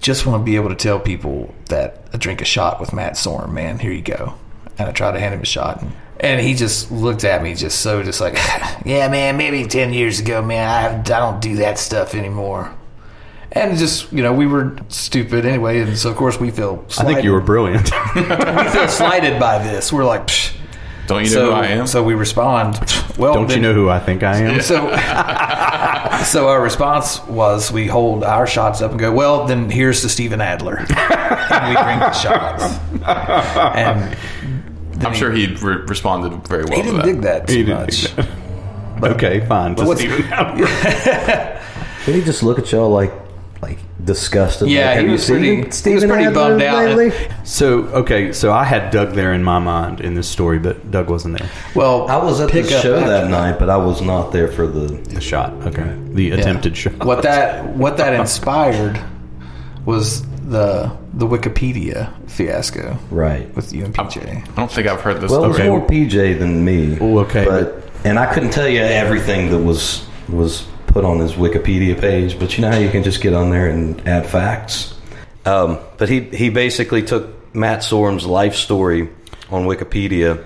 S5: Just want to be able to tell people that I drink a shot with Matt Sorm, man. Here you go. And I tried to hand him a shot. And he just looked at me, just so, just like, <laughs> yeah, man, maybe 10 years ago, man, I, I don't do that stuff anymore. And just, you know, we were stupid anyway. And so, of course, we feel
S4: I
S5: slighted.
S4: think you were brilliant.
S5: <laughs>
S4: <laughs>
S5: we feel slighted by this. We're like, Psh,
S6: Don't you know
S5: so,
S6: who I am?
S5: so we respond. Well,
S4: don't you
S5: then-
S4: know who I think I am?
S5: <laughs> So, so our response was we hold our shots up and go. Well, then here's to Steven Adler, <laughs> and we drink the shots. And
S6: I'm sure he re- responded very well
S5: he
S6: to
S5: didn't
S6: that.
S5: dig that
S4: He
S5: too
S4: didn't
S5: much.
S4: dig <laughs> Okay, fine. Just-
S5: what's-
S8: Did he just look at y'all like like disgusted?
S5: Yeah,
S8: like,
S5: he
S8: "Have you
S5: was
S8: seen
S5: pretty-
S8: him,
S5: he was
S8: Steven
S5: pretty
S8: Adler
S5: bummed out.
S8: lately?"
S4: So okay, so I had Doug there in my mind in this story, but Doug wasn't there.
S5: Well,
S8: I was at
S5: pick
S8: the
S5: up
S8: show
S5: after
S8: that night, but I was not there for the.
S4: The shot, okay, the attempted shot.
S5: What that what that inspired was the the Wikipedia fiasco
S8: Right.
S5: with you and PJ.
S6: I don't think I've heard this
S8: Well, it was
S6: story.
S8: more PJ than me.
S4: Well, okay,
S8: but and I couldn't tell you everything that was was put on his Wikipedia page, but you know how you can just get on there and add facts. Um, but he he basically took Matt Sorum's life story on Wikipedia,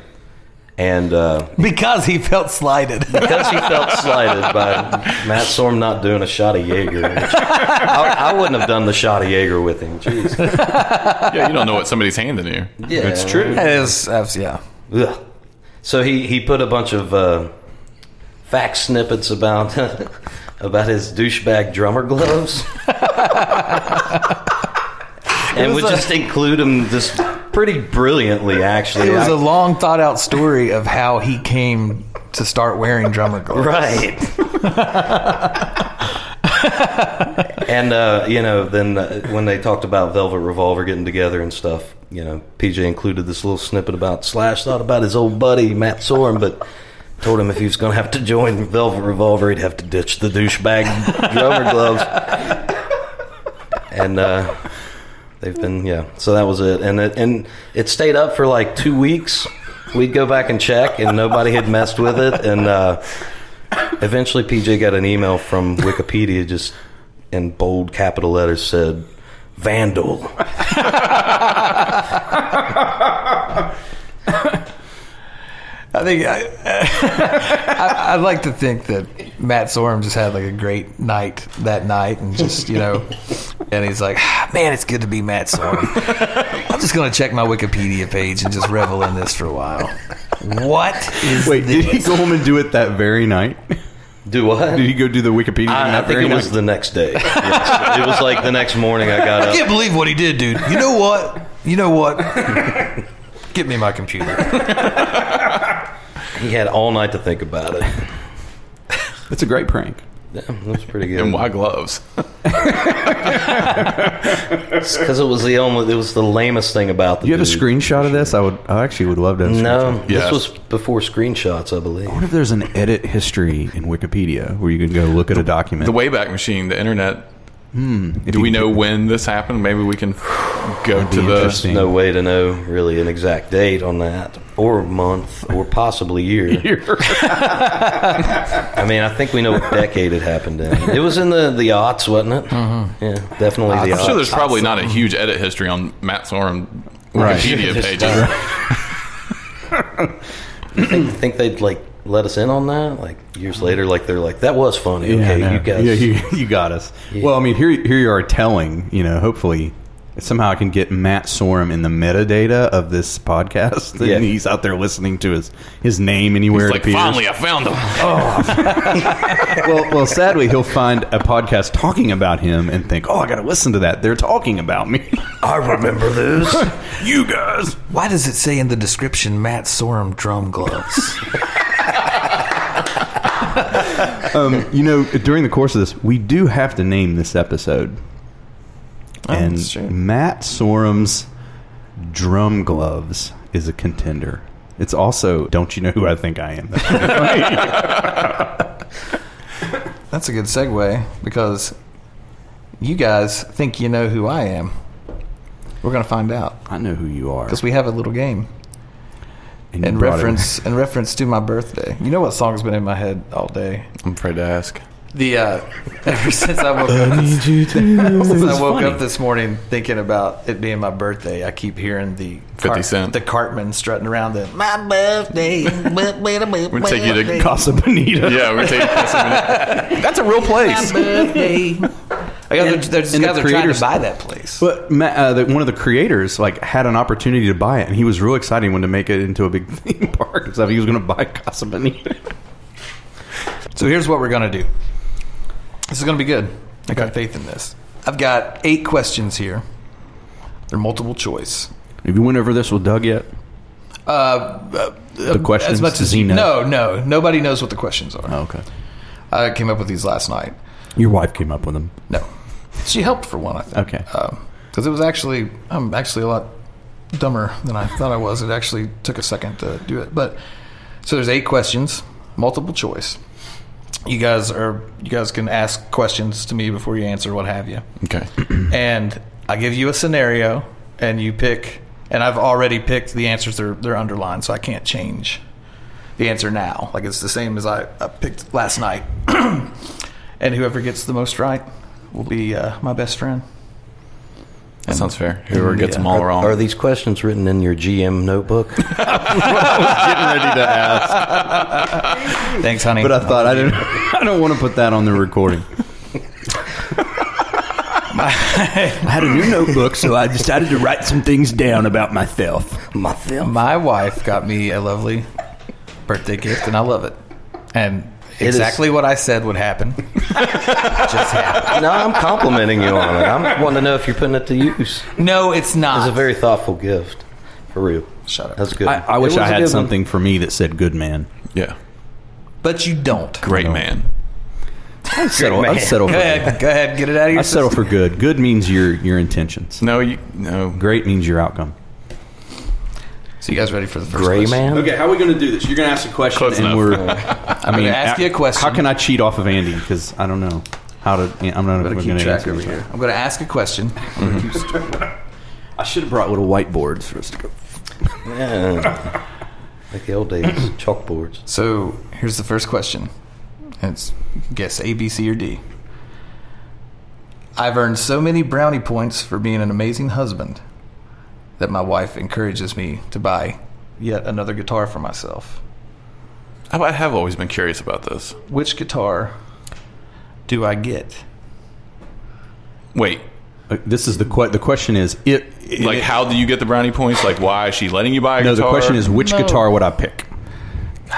S8: and uh,
S5: Because he felt slighted.
S8: because he felt slighted by Matt Sorm not doing a shot of Jaeger, which I, I wouldn't have done the shot of Jaeger with him. Jeez,
S4: <laughs>
S6: Yeah, you don't know what somebody's handing you.
S8: yeah, it's true.
S5: That is, that's- yeah.
S8: Ugh. So he, he put a bunch of uh, fact snippets about <laughs> about his douchebag drummer
S5: <laughs>
S8: gloves, and would
S5: was a-
S8: just include him just pretty brilliantly. Actually,
S5: It was
S8: I-
S5: a long thought out story of how he came to start wearing drummer gloves.
S8: right. and uh, you know, then uh, when they talked about Velvet Revolver getting together and stuff, you know, PJ included this little snippet about Slash thought about his old buddy Matt Sorum, but told him if he was going to have to join Velvet Revolver, he'd have to ditch the douchebag drummer gloves. And uh, they've been yeah. So that was it, and it, and it stayed up for like two weeks. We'd go back and check, and nobody had messed with it, and. Uh, Eventually, PJ got an email from Wikipedia, just in bold capital letters said, "Vandal."
S5: I think I, I, I'd like to think that Matt Sorum just had like a great night that night, and just you know, and he's like, "Ah, man, it's good to be Matt Sorum. I'm just gonna check my Wikipedia page and just revel in this for a while. What
S4: <laughs>
S5: is
S4: Wait,
S5: this?
S4: did he go home and do it that very night?
S8: Do what?
S4: <laughs> Did he go do the Wikipedia? thing
S8: I, I
S4: that
S8: think
S4: very
S8: it was
S4: night?
S8: the next day. Yes. It was like the next morning. I got
S5: I
S8: up.
S5: can't believe what he did, dude. You know what? You know what? Get me my computer.
S8: He had all night to think about it.
S4: That's a great prank.
S8: Yeah, that was pretty
S6: And
S8: good.
S6: why gloves?
S8: Because it was the only, it was the lamest thing about the.
S4: Do you have a
S8: dude.
S4: screenshot of this? I would. I actually would love to. Have a
S8: No,
S4: screenshot.
S6: Yeah.
S8: this was before screenshots, I believe.
S4: What if there's an edit history in Wikipedia where you can go look at a document?
S6: The Wayback Machine, the internet.
S4: If
S6: Do
S4: you
S6: we
S4: could
S6: know when this happened? Maybe we can go to
S4: be
S6: the.
S4: interesting.
S8: No way to know really an exact date on that, or month, or possibly year. <laughs> I mean, I think we know what decade it happened in. It was in the the aughts, wasn't it? Mm-hmm. Yeah, definitely the
S6: I'm sure
S8: aughts.
S6: there's probably not a huge edit history on Matt Sorum
S4: Right.
S6: Wikipedia
S8: Just,
S6: pages.
S8: uh, <laughs> you think, think they'd like let us in on that? Like years later, like they're like, that was funny.
S4: Yeah,
S8: okay,
S4: no.
S8: you guys.
S4: Yeah, you, <laughs> you got us. Well, I mean, here here you are telling. You know, hopefully somehow I can get Matt Sorum in the metadata of this podcast, and
S8: Yeah.
S4: he's out there listening to his his name anywhere.
S6: It's
S4: it
S6: like,
S4: appears.
S6: finally, I found them.
S4: well, well, sadly, he'll find a podcast talking about him and think, "Oh, I got to listen to that. They're talking about me."
S8: I remember this.
S4: you guys.
S5: Why does it say in the description Matt Sorum drum gloves?
S4: Um, you know, during the course of this, we do have to name this episode. and
S5: that's true.
S4: Matt Sorum's drum gloves is a contender. It's also "Don't You Know Who I Think I <laughs> Am." That's pretty funny.
S5: That's a good segue because you guys think you know who I am. We're going to find out
S4: I know who you are.
S5: because we have a little game
S4: you
S5: in
S4: brought it- <laughs>
S5: reference in reference to my birthday. You know what song's been in my head all day?
S6: I'm afraid to ask.
S5: The uh, <laughs> ever since I woke up, since I woke up this morning thinking about it being my birthday, I keep hearing the
S6: 50 Cent.
S5: the Cartman strutting around the
S10: My birthday. We're
S6: We'd take you to.
S4: Casa Bonita.
S6: Yeah, we're taking That's a real place.
S5: I guess they're, they're just
S4: and the
S5: guys are trying
S4: creators-
S5: to buy that place.
S4: But Ma uh, the, one of the creators like had an opportunity to buy it, and he was real excited when to make it into a big <laughs> theme park and stuff. He was going to buy Casa Bonita.
S5: So here's what we're gonna do. This is gonna be good. I got faith in this. I've got eight questions here. They're multiple choice.
S4: Have you went over this with Doug yet?
S5: Uh, uh,
S4: The questions.
S5: as much as
S4: he knows.
S5: no, no, nobody knows what the questions are.
S4: Oh, okay.
S5: I came up with these last night.
S4: Your wife came up with them.
S5: No, she helped for one. I think.
S4: Okay.
S5: because Um, it was actually I'm actually a lot dumber than I thought I was. It actually took a second to do it, but so there's eight questions, multiple choice. You guys are you guys can ask questions to me before you answer, what have you.
S6: Okay.
S5: <clears throat> And I give you a scenario, and you pick. And I've already picked the answers. They're they're underlined, so I can't change the answer now. Like it's the same as I, I picked last night. <clears throat> and whoever gets the most right will be uh, my best friend.
S6: That sounds fair. Whoever gets them all
S8: are,
S6: wrong.
S8: are these questions written in your GM notebook? <laughs>
S4: Getting ready to ask,
S5: Thanks, honey.
S4: but I thought I didn't. <laughs> I don't want to put that on the recording. I had a new notebook, so I decided to write some things down about myself.
S5: My wife got me a lovely birthday gift, and I love it. And
S8: It is-
S5: exactly what I said would
S8: <laughs>
S5: happen. Just happened.
S8: no, I'm complimenting you on it. I'm wanting to know if you're putting it to use.
S5: No, it's
S8: It was
S5: not.
S8: a very thoughtful gift, for real.
S5: Shut up.
S8: That's good.
S4: I, I
S8: It
S4: wish
S8: was
S4: I
S8: a
S4: had
S8: good one.
S4: something for me that said "good man."
S6: yeah.
S5: but you don't.
S6: Great man.
S4: I settle, I settle
S5: Go
S4: for <laughs> good.
S5: ahead, go ahead, get it out of your
S4: I settle for good. Good means your your intentions.
S6: No, you no.
S4: Great means your outcome.
S5: So you guys ready for the first
S8: Gray
S5: question?
S8: man.
S4: Okay, how are we going to do this? You're going to ask a question,
S6: Close
S4: and
S6: enough.
S4: we're. I mean,
S5: gonna ask you a question.
S4: How can I cheat off of Andy? Because I don't know how to. I'm not
S5: I'm
S4: going to
S5: gonna keep track
S4: answer
S5: over
S4: this.
S5: here. I'm gonna ask a question.
S4: I should have brought little whiteboards for us to go.
S8: Yeah. Like the old days, chalkboards.
S5: So here's the first question. And It's guess A, B, C, or D. I've earned so many brownie points for being an amazing husband that my wife encourages me to buy yet another guitar for myself.
S6: I I have always been curious about this.
S5: Which guitar do I get?
S6: Wait,
S4: Uh, This is the que- the question is it, it-
S6: like how do you get the brownie points? Like why is she letting you buy a
S4: no the
S6: guitar?
S4: question is which
S5: No.
S4: guitar would I pick?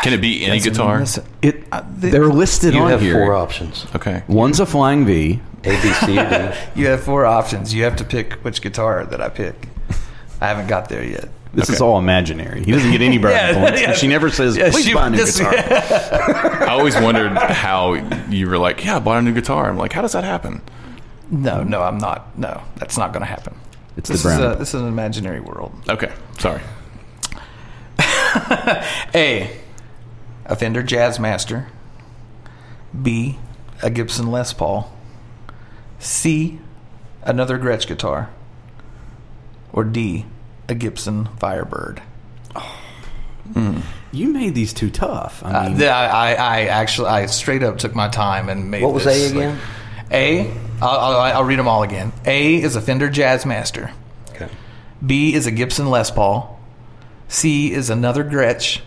S6: can it be any guitar?
S5: That's-
S4: It
S5: the-
S4: they're listed
S8: You
S4: on
S8: have
S4: here.
S8: four options:
S6: Okay.
S4: One's a flying V.
S8: A, B, C, or
S4: <laughs>
S8: D.
S5: You have four options. You have to pick which guitar that I pick. I haven't got there yet.
S4: This is all imaginary. He doesn't get
S6: <laughs>
S4: any brownie
S5: Yeah,
S4: points.
S5: yeah.
S4: And she never says,
S5: Yeah,
S4: "Please
S5: she-
S4: buy a new
S5: this-
S4: guitar."
S6: I always wondered how you were like, yeah, I bought a new guitar. I'm like, how does that happen?
S5: <laughs> No, no, I'm not. No, that's not going to happen.
S4: It's
S5: This
S4: the
S5: is,
S4: brownie.
S5: a, this is an imaginary world.
S6: Okay, sorry.
S5: A. A Fender Jazzmaster. B. A Gibson Les Paul. C. Another Gretsch guitar. Or D. A Gibson Firebird.
S4: you made these too tough. I
S5: Uh,
S4: mean,
S5: th- I, I, I actually, I straight up took my time and made.
S8: What was
S5: this,
S8: A again?
S5: Like, a. I'll, I'll, I'll read them all again. A is a Fender Jazzmaster.
S8: Okay.
S5: B is a Gibson Les Paul. C is another Gretsch.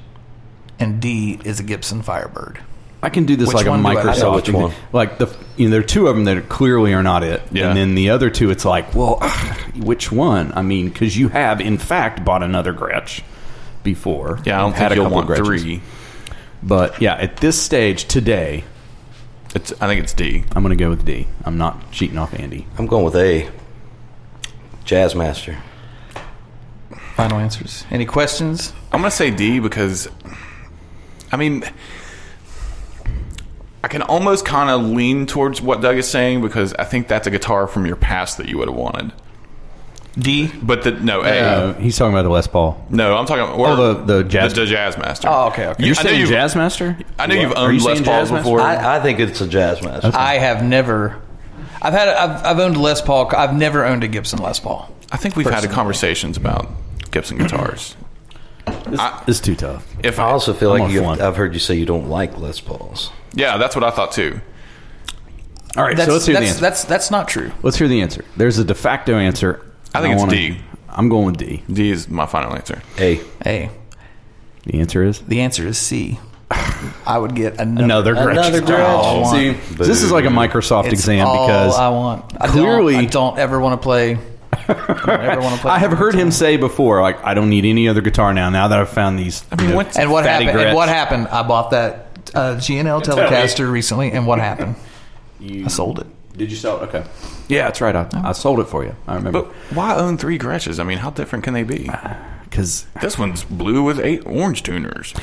S5: And D is a Gibson Firebird.
S4: I can do this
S5: Which
S4: like a
S5: one do I- I know
S4: Microsoft.
S8: which one.
S4: Like the you know, there are two of them that clearly are not it,
S6: Yeah.
S4: and then the other two, it's like, well, which one? I mean, because you have in fact bought another Gretsch before.
S6: Yeah, I don't
S4: You've had
S6: think
S4: a
S6: you'll
S4: couple
S6: want
S4: Gretches.
S6: three.
S4: But yeah, at this stage today,
S6: It's I think it's D.
S4: I'm going to go with D. I'm not cheating off Andy.
S8: I'm going with A. Jazzmaster.
S5: Final answers. Any questions?
S6: I'm gonna say D because, I mean, I can almost kind of lean towards what Doug is saying because I think that's a guitar from your past that you would have wanted.
S5: D.
S6: But the, no, A.
S4: Uh, he's talking about the Les Paul.
S6: no, I'm talking. Or
S4: Oh, the- the jazz-
S6: the, Jazzmaster.
S5: Oh, okay, okay.
S6: You-
S4: You're
S6: I know
S4: saying
S6: you've-
S4: Jazzmaster?
S6: I know you've
S4: Are you
S6: owned Les
S4: saying
S6: Pauls
S4: Jazzmaster?
S6: before.
S8: I, I think it's a Jazzmaster.
S5: I have never. I've had. I've, I've owned Les Paul. I've never owned a Gibson Les Paul.
S6: I think we've had
S5: Personally.
S6: conversations about Gibson guitars.
S4: It's too tough.
S6: If
S8: I also feel
S4: I'm
S8: like
S4: on
S8: you,
S4: one.
S8: I've heard you say you don't like Les Pauls.
S6: yeah, that's what I thought too.
S4: All right,
S5: That's
S4: so let's hear the
S5: that's,
S4: answer.
S5: that's that's not true.
S4: let's hear the answer. There's a de facto answer.
S6: I think
S4: and
S6: it's
S4: wanna-
S6: D.
S4: I'm going with D.
S6: D is my final answer.
S8: A.
S5: Hey,
S4: The answer is
S5: the answer is C. I would get another.
S4: another Gretsch.
S8: Another
S5: Oh,
S8: Gretsch.
S5: one.
S4: See, this is like a Microsoft
S5: It's
S4: exam
S5: all
S4: because
S5: I
S4: I,
S5: want. I
S4: clearly-
S5: don't, I don't ever want to <laughs> play. I don't ever want to play.
S4: have heard him say before, like, I don't need any other guitar now. Now that I've found these, I mean,
S6: what's-
S5: And what
S4: Fatty
S5: happened?
S4: Gretsch.
S5: And what happened? I bought that uh, GNL Telecaster recently, and what happened? I sold it.
S4: did you sell it? Okay, yeah, that's right. I,
S5: Oh.
S4: I sold it for you. I
S6: But
S4: remember
S6: why own three Gretches? I mean, how different can they be?
S4: because
S6: This one's blue with eight orange tuners.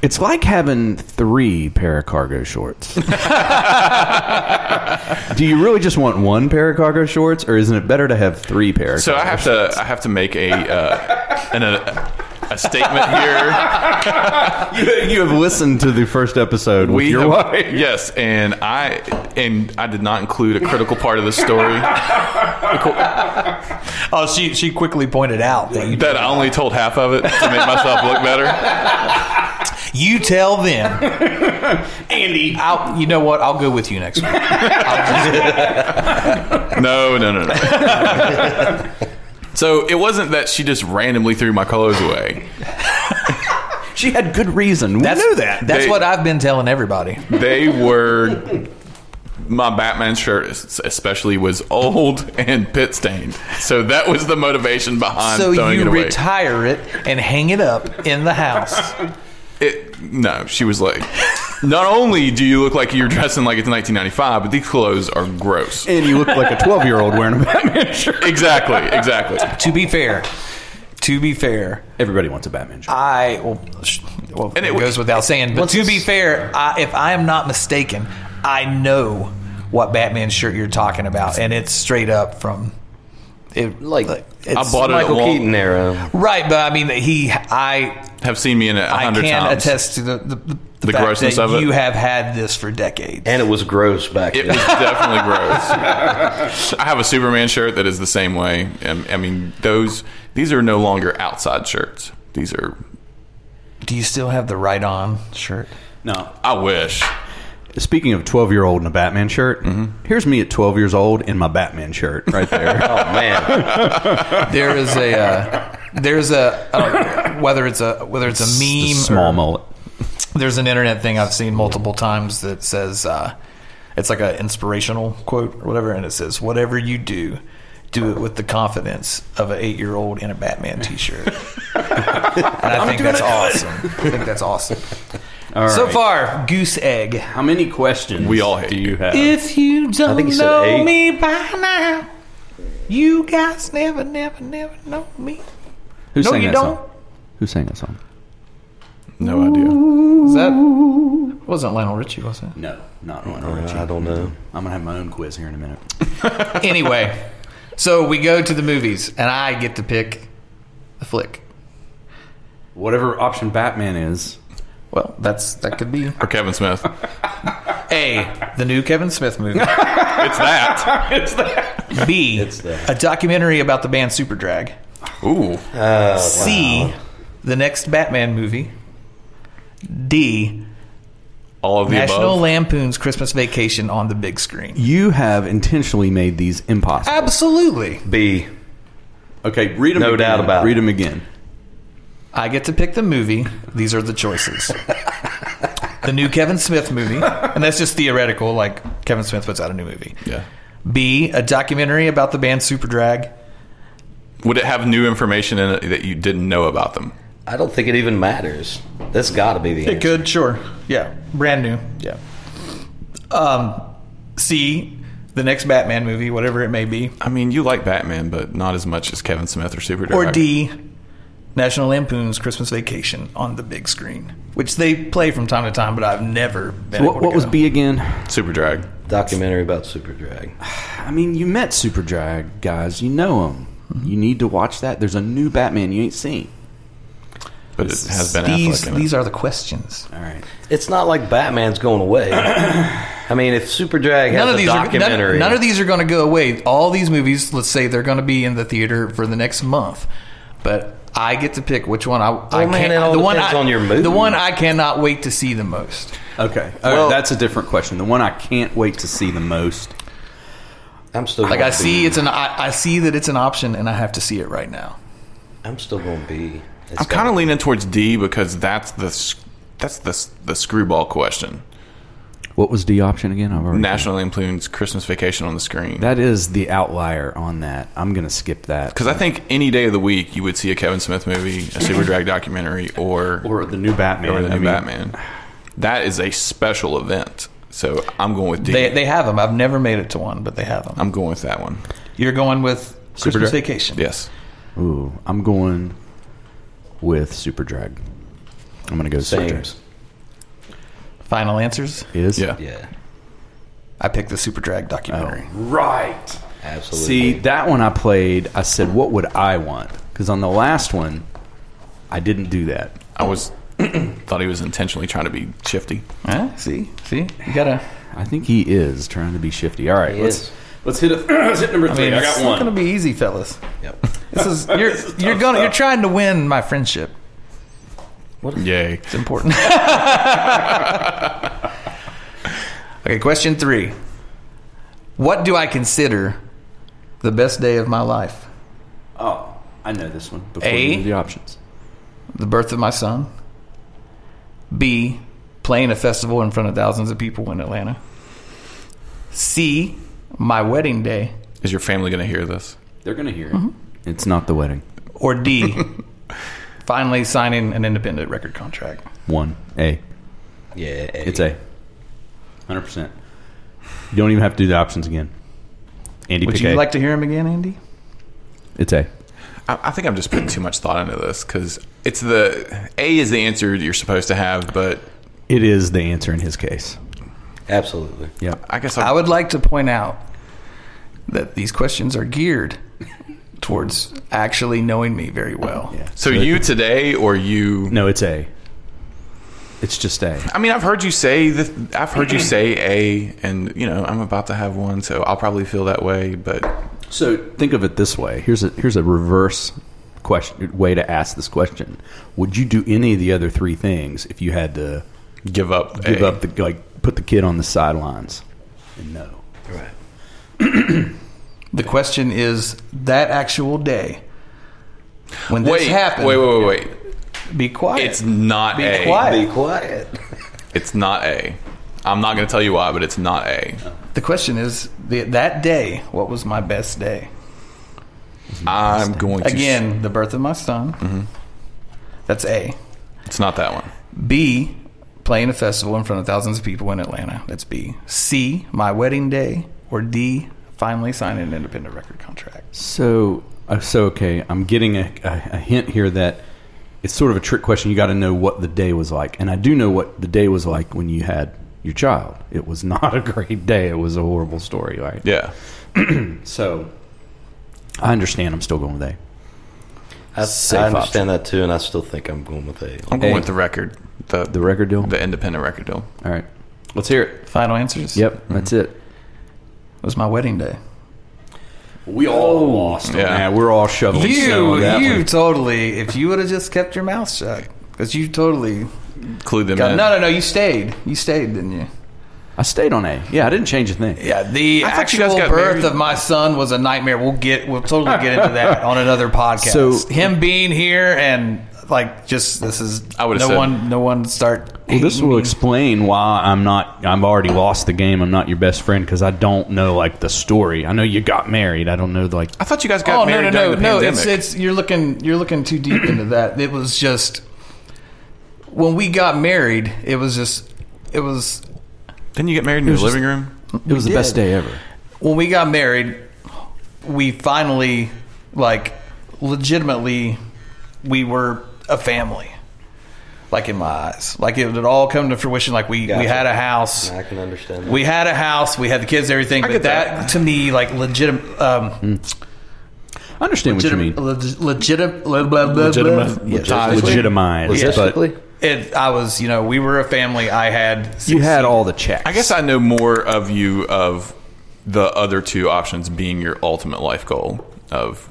S4: it's like having three pair of cargo
S6: <laughs>
S4: shorts. Do you really just want one pair of cargo shorts, or isn't it better to have three pair? Of
S6: So I
S4: cargo
S6: have to I have to make a uh, an, a, a statement
S4: <laughs>
S6: here.
S4: shorts? you have listened to the first episode with your
S6: have-
S4: wife.
S6: yes, and I and I did not include a critical part of the story that
S5: Oh, she she quickly pointed out that you
S6: I only told half of it to make myself look better.
S5: You tell
S6: <laughs>
S5: them.
S11: Andy.
S5: I'll, you know what? I'll go with you next <laughs> week.
S6: No, no, no, no. <laughs> so it wasn't that she just randomly threw my clothes away.
S4: She had good reason. We knew that.
S5: That's
S6: They-
S5: what I've been telling everybody.
S6: They were. My Batman shirt, es- especially, was old and pit stained. So that was the motivation behind
S5: so
S6: throwing
S5: you
S6: it away.
S5: retire it and hang it up in the house.
S6: It, no, she was like, not only do you look like you're dressing like it's 1995, but these clothes are gross.
S4: And you look like a 12 year old wearing a Batman shirt.
S6: exactly, exactly.
S5: to be fair, to be fair,
S4: Everybody wants a Batman shirt.
S5: I well, sh- well
S6: And
S5: it,
S6: it
S5: goes
S6: was-
S5: without saying. But to be fair, I, if I am not mistaken, I know what Batman shirt you're talking about, and it's straight up from it.
S8: Like,
S5: it's,
S6: I bought it at
S8: Michael
S6: Wal-
S8: Keaton era.
S5: right, but I mean he I
S6: Have seen me in it a
S5: I
S6: hundred
S5: can
S6: times.
S5: attest to the the, the,
S6: The
S5: fact
S6: grossness
S5: that
S6: of it?
S5: You have had this for decades.
S8: And it was gross back
S6: It
S8: then.
S6: was definitely gross. I have a Superman shirt that is the same way. Um, I mean, those these are no longer outside shirts. These are.
S5: Do you still have the right on shirt?
S4: No.
S6: I wish.
S4: Speaking of 12 year old in a Batman shirt, here's me at 12 years old in my Batman shirt right <laughs> there.
S8: oh, man.
S5: There is a uh, there's a I don't <laughs> know, whether it's a whether it's a meme
S4: Just a small
S5: or-
S4: mullet.
S5: There's an internet thing I've seen multiple times that says uh, it's like an inspirational quote or whatever, and it says, "Whatever you do, do it with the confidence of an eight-year-old in a Batman T-shirt." <laughs> and I think that's awesome. I think that's awesome. So
S4: right.
S5: far, goose egg.
S4: How many questions
S6: We all hate
S4: do
S6: you.
S4: you have?
S5: If you don't
S8: think
S4: <laughs>
S8: he said
S5: know
S8: eight.
S5: me by now, you guys never, never, never know me.
S4: Who
S5: No,
S4: sang
S5: you
S4: that
S5: don't.
S4: song? Who sang that song?
S6: No idea.
S5: Was that wasn't Lionel Richie? Was it?
S4: No, not one.
S8: Uh, I don't know.
S4: I'm going to have my own quiz here in a minute.
S5: anyway, so we go to the movies, and I get to pick the flick.
S4: Whatever option Batman is,
S5: Well, that's that could be
S6: Or
S4: <laughs>
S6: Kevin Smith.
S5: a the new Kevin Smith <laughs> movie.
S6: It's that.
S5: <laughs> B a documentary about the band Super Drag.
S6: Ooh.
S5: Oh, C the next Batman movie. D
S6: All of the
S5: National
S6: above.
S5: Lampoon's Christmas Vacation on the big screen.
S4: you have intentionally made these impossible.
S5: Absolutely,
S8: B.
S4: Okay, read them
S8: No
S4: again.
S8: doubt about it.
S4: Read them again.
S5: I get to pick the movie. These are the choices. the new Kevin Smith movie, and that's just theoretical. Like Kevin Smith puts out a new movie.
S6: yeah.
S5: B, a documentary about the band Superdrag.
S6: Would it have new information in it that you didn't know about them?
S8: I don't think it even matters. That's got to be the answer.
S5: could, sure. Yeah, brand new. Yeah. Um, C, the next Batman movie, whatever it may be.
S6: I mean, you like Batman, but not as much as Kevin Smith or Superdry.
S5: Or D, National Lampoon's Christmas Vacation on the big screen, which they play from time to time, but I've never been. able
S4: What,
S5: to
S4: what was
S5: go.
S4: B again?
S6: Superdrag.
S8: Documentary about Super Drag.
S4: I mean, you met Superdrag guys. You know them. You need to watch that. There's a new Batman you ain't seen.
S6: But it has been
S5: These,
S6: Affleck in it.
S5: these are the questions.
S4: All right.
S8: It's not like Batman's going away. I mean, if Super Drag has
S5: None of,
S8: a
S5: these are,
S8: documentary,
S5: none, none of these are going to go away. All these movies, let's say they're going to be in the theater for the next month, but I get to pick which one I, I
S8: man,
S5: can't.
S8: it all
S5: the one
S8: depends
S5: I,
S8: on your mood.
S5: The one I cannot wait to see the most.
S4: Okay. Uh, that's a different question. The one I can't wait to see the most.
S8: I'm still
S5: Like
S8: going
S5: I see it's an I, I see that it's an option and I have to see it right now.
S8: I'm still going to be.
S6: I'm kind of leaning towards D because that's the s- that's the s- the screwball question.
S4: What was D option again? I've already
S6: National Lampoon's Christmas Vacation on the screen.
S4: That is the outlier on that. I'm going to skip that.
S6: Because I think any day of the week you would see a Kevin Smith movie, a Super Drag documentary, or or,
S4: or the new Batman.
S6: the new
S4: I mean,
S6: Batman. That is a special event. So I'm going with D.
S5: They they have them. I've never made it to one, but they have them.
S6: I'm going with that one.
S5: You're going with Christmas
S6: Superdra-
S5: Vacation.
S6: Yes.
S4: Ooh, I'm going with Superdrag. I'm going to go
S8: same.
S4: Superdrag.
S5: Final answers.
S4: Is
S6: Yeah.
S8: Yeah,
S5: I picked the Super Drag documentary.
S8: Oh.
S4: right.
S8: absolutely.
S4: See, that one I played, I said, what would I want? Because on the last one, I didn't do that.
S6: I was <clears throat> thought he was intentionally trying to be shifty.
S5: Huh? See, see, you gotta.
S4: I think he is trying to be shifty. All right,
S8: He
S4: let's
S8: is.
S4: let's <clears throat> hit, a, let's hit number
S5: I
S4: three.
S5: mean,
S4: I
S5: it's
S4: got
S5: not gonna
S4: one.
S5: be easy, fellas.
S8: Yep.
S5: <laughs> This is you're you're gonna you're trying to win my friendship.
S6: Yay.
S5: It's important. <laughs> okay, question three. What do I consider the best day of my life?
S4: Oh, I know this one. Before
S5: A?
S4: you knew the options.
S5: The birth of my son. B. Playing a festival in front of thousands of people in Atlanta. C. My wedding day.
S6: Is your family going to hear this?
S4: They're gonna hear it.
S5: Mm-hmm.
S4: It's not the wedding.
S5: Or <laughs> D. finally signing an independent record contract.
S4: One A.
S8: Yeah,
S4: It's A. Hundred percent. You don't even have to do the options again. Andy,
S5: Would
S4: pick
S5: you
S4: A.
S5: like to hear him again, Andy?
S4: it's A.
S6: I, I think I'm just putting too much thought into this because it's the A is the answer you're supposed to have, but
S4: It is the answer in his case.
S8: absolutely.
S4: Yeah.
S6: I guess
S5: I
S6: I,
S5: would like to point out that these questions are geared towards actually knowing me very well.
S6: So you today or you?
S4: No, it's A. It's just A.
S6: I mean, I've heard you say the. I've heard you say A, and you know I'm about to have one, so I'll probably feel that way. But
S4: So think of it this way. Here's a here's a reverse question way to ask this question. Would you do any of the other three things if you had to
S6: give up.
S4: give
S6: a.
S4: up the like put the kid on the sidelines? And no.
S5: The question is that actual day when this
S6: Wait,
S5: happened.
S6: wait, wait, wait, wait.
S5: Be quiet.
S6: It's not
S5: Be
S6: A.
S5: quiet.
S8: Be quiet.
S6: It's not A. I'm not going to tell you why, but it's not A.
S5: The question is the, that day. What was my best day?
S6: I'm going to Mm-hmm.
S5: Again, the birth of my son. That's A.
S6: It's not that one.
S5: B. Playing a festival in front of thousands of people in Atlanta. That's B. C. My wedding day. Or D. Finally signing an independent record contract.
S4: So, uh, so okay, I'm getting a, a, a hint here that it's sort of a trick question. You got to know what the day was like, and I do know what the day was like when you had your child. It was <laughs> not a great day. It was a horrible story, right?
S6: Yeah.
S4: So, I understand. I'm still going with A.
S8: I,
S4: Safe
S8: I understand that too, and I still think I'm going with A.
S6: I'm going
S4: A.
S6: with the record. The,
S4: The record deal.
S6: the independent record deal.
S4: All right, let's hear it. Mm-hmm.
S5: Final answers?
S4: Yep, that's it.
S5: It was my wedding day.
S4: We all lost.
S6: Yeah.
S4: Yeah, we're all shoveling snow on
S5: You,
S4: that
S5: you
S4: one.
S5: totally, if you would have just kept your mouth shut. Because you totally.
S6: Clue them
S5: Got,
S6: in.
S5: no, no, no, you stayed. You stayed, didn't you?
S4: I stayed on A. Yeah, I didn't change a thing.
S5: Yeah, the
S6: I thought
S5: actual
S6: you guys got
S5: birth
S6: married.
S5: of my son was a nightmare. We'll get we'll totally get into
S6: <laughs>
S5: that on another podcast.
S4: So-
S5: him being here and like just this is
S6: I would've
S5: no
S6: said-
S5: one no one start.
S4: Well, this will explain why I'm not. I've already lost the game. I'm not your best friend because I don't know like the story. I know you got married. I don't know like
S6: I thought you guys got
S5: Oh no no no
S6: married during the
S5: no!
S6: pandemic.
S5: It's it's you're looking you're looking too deep
S6: <clears throat>
S5: into that. It was just when we got married. It was just it was
S6: Didn't you get married in your living room?
S4: it was the best day ever.
S5: when we got married, we finally, like, legitimately, we were a family. Like in my eyes, like it would all come to fruition. Like we we
S8: Gotcha.
S5: had a house,
S8: I can understand that.
S5: we had a house, we had the kids, everything. but
S6: get
S5: that,
S6: that.
S5: to me, like legitimate,
S8: Hmm,
S5: um,
S4: I understand
S5: legitimate,
S4: what
S5: legitimate, legitimate,
S4: you mean. Legitimized, but
S8: Logistically,
S5: It, I was, you know, we were a family. I had,
S4: you had all the checks.
S6: I guess I know more of you of the other two options being your ultimate life goal of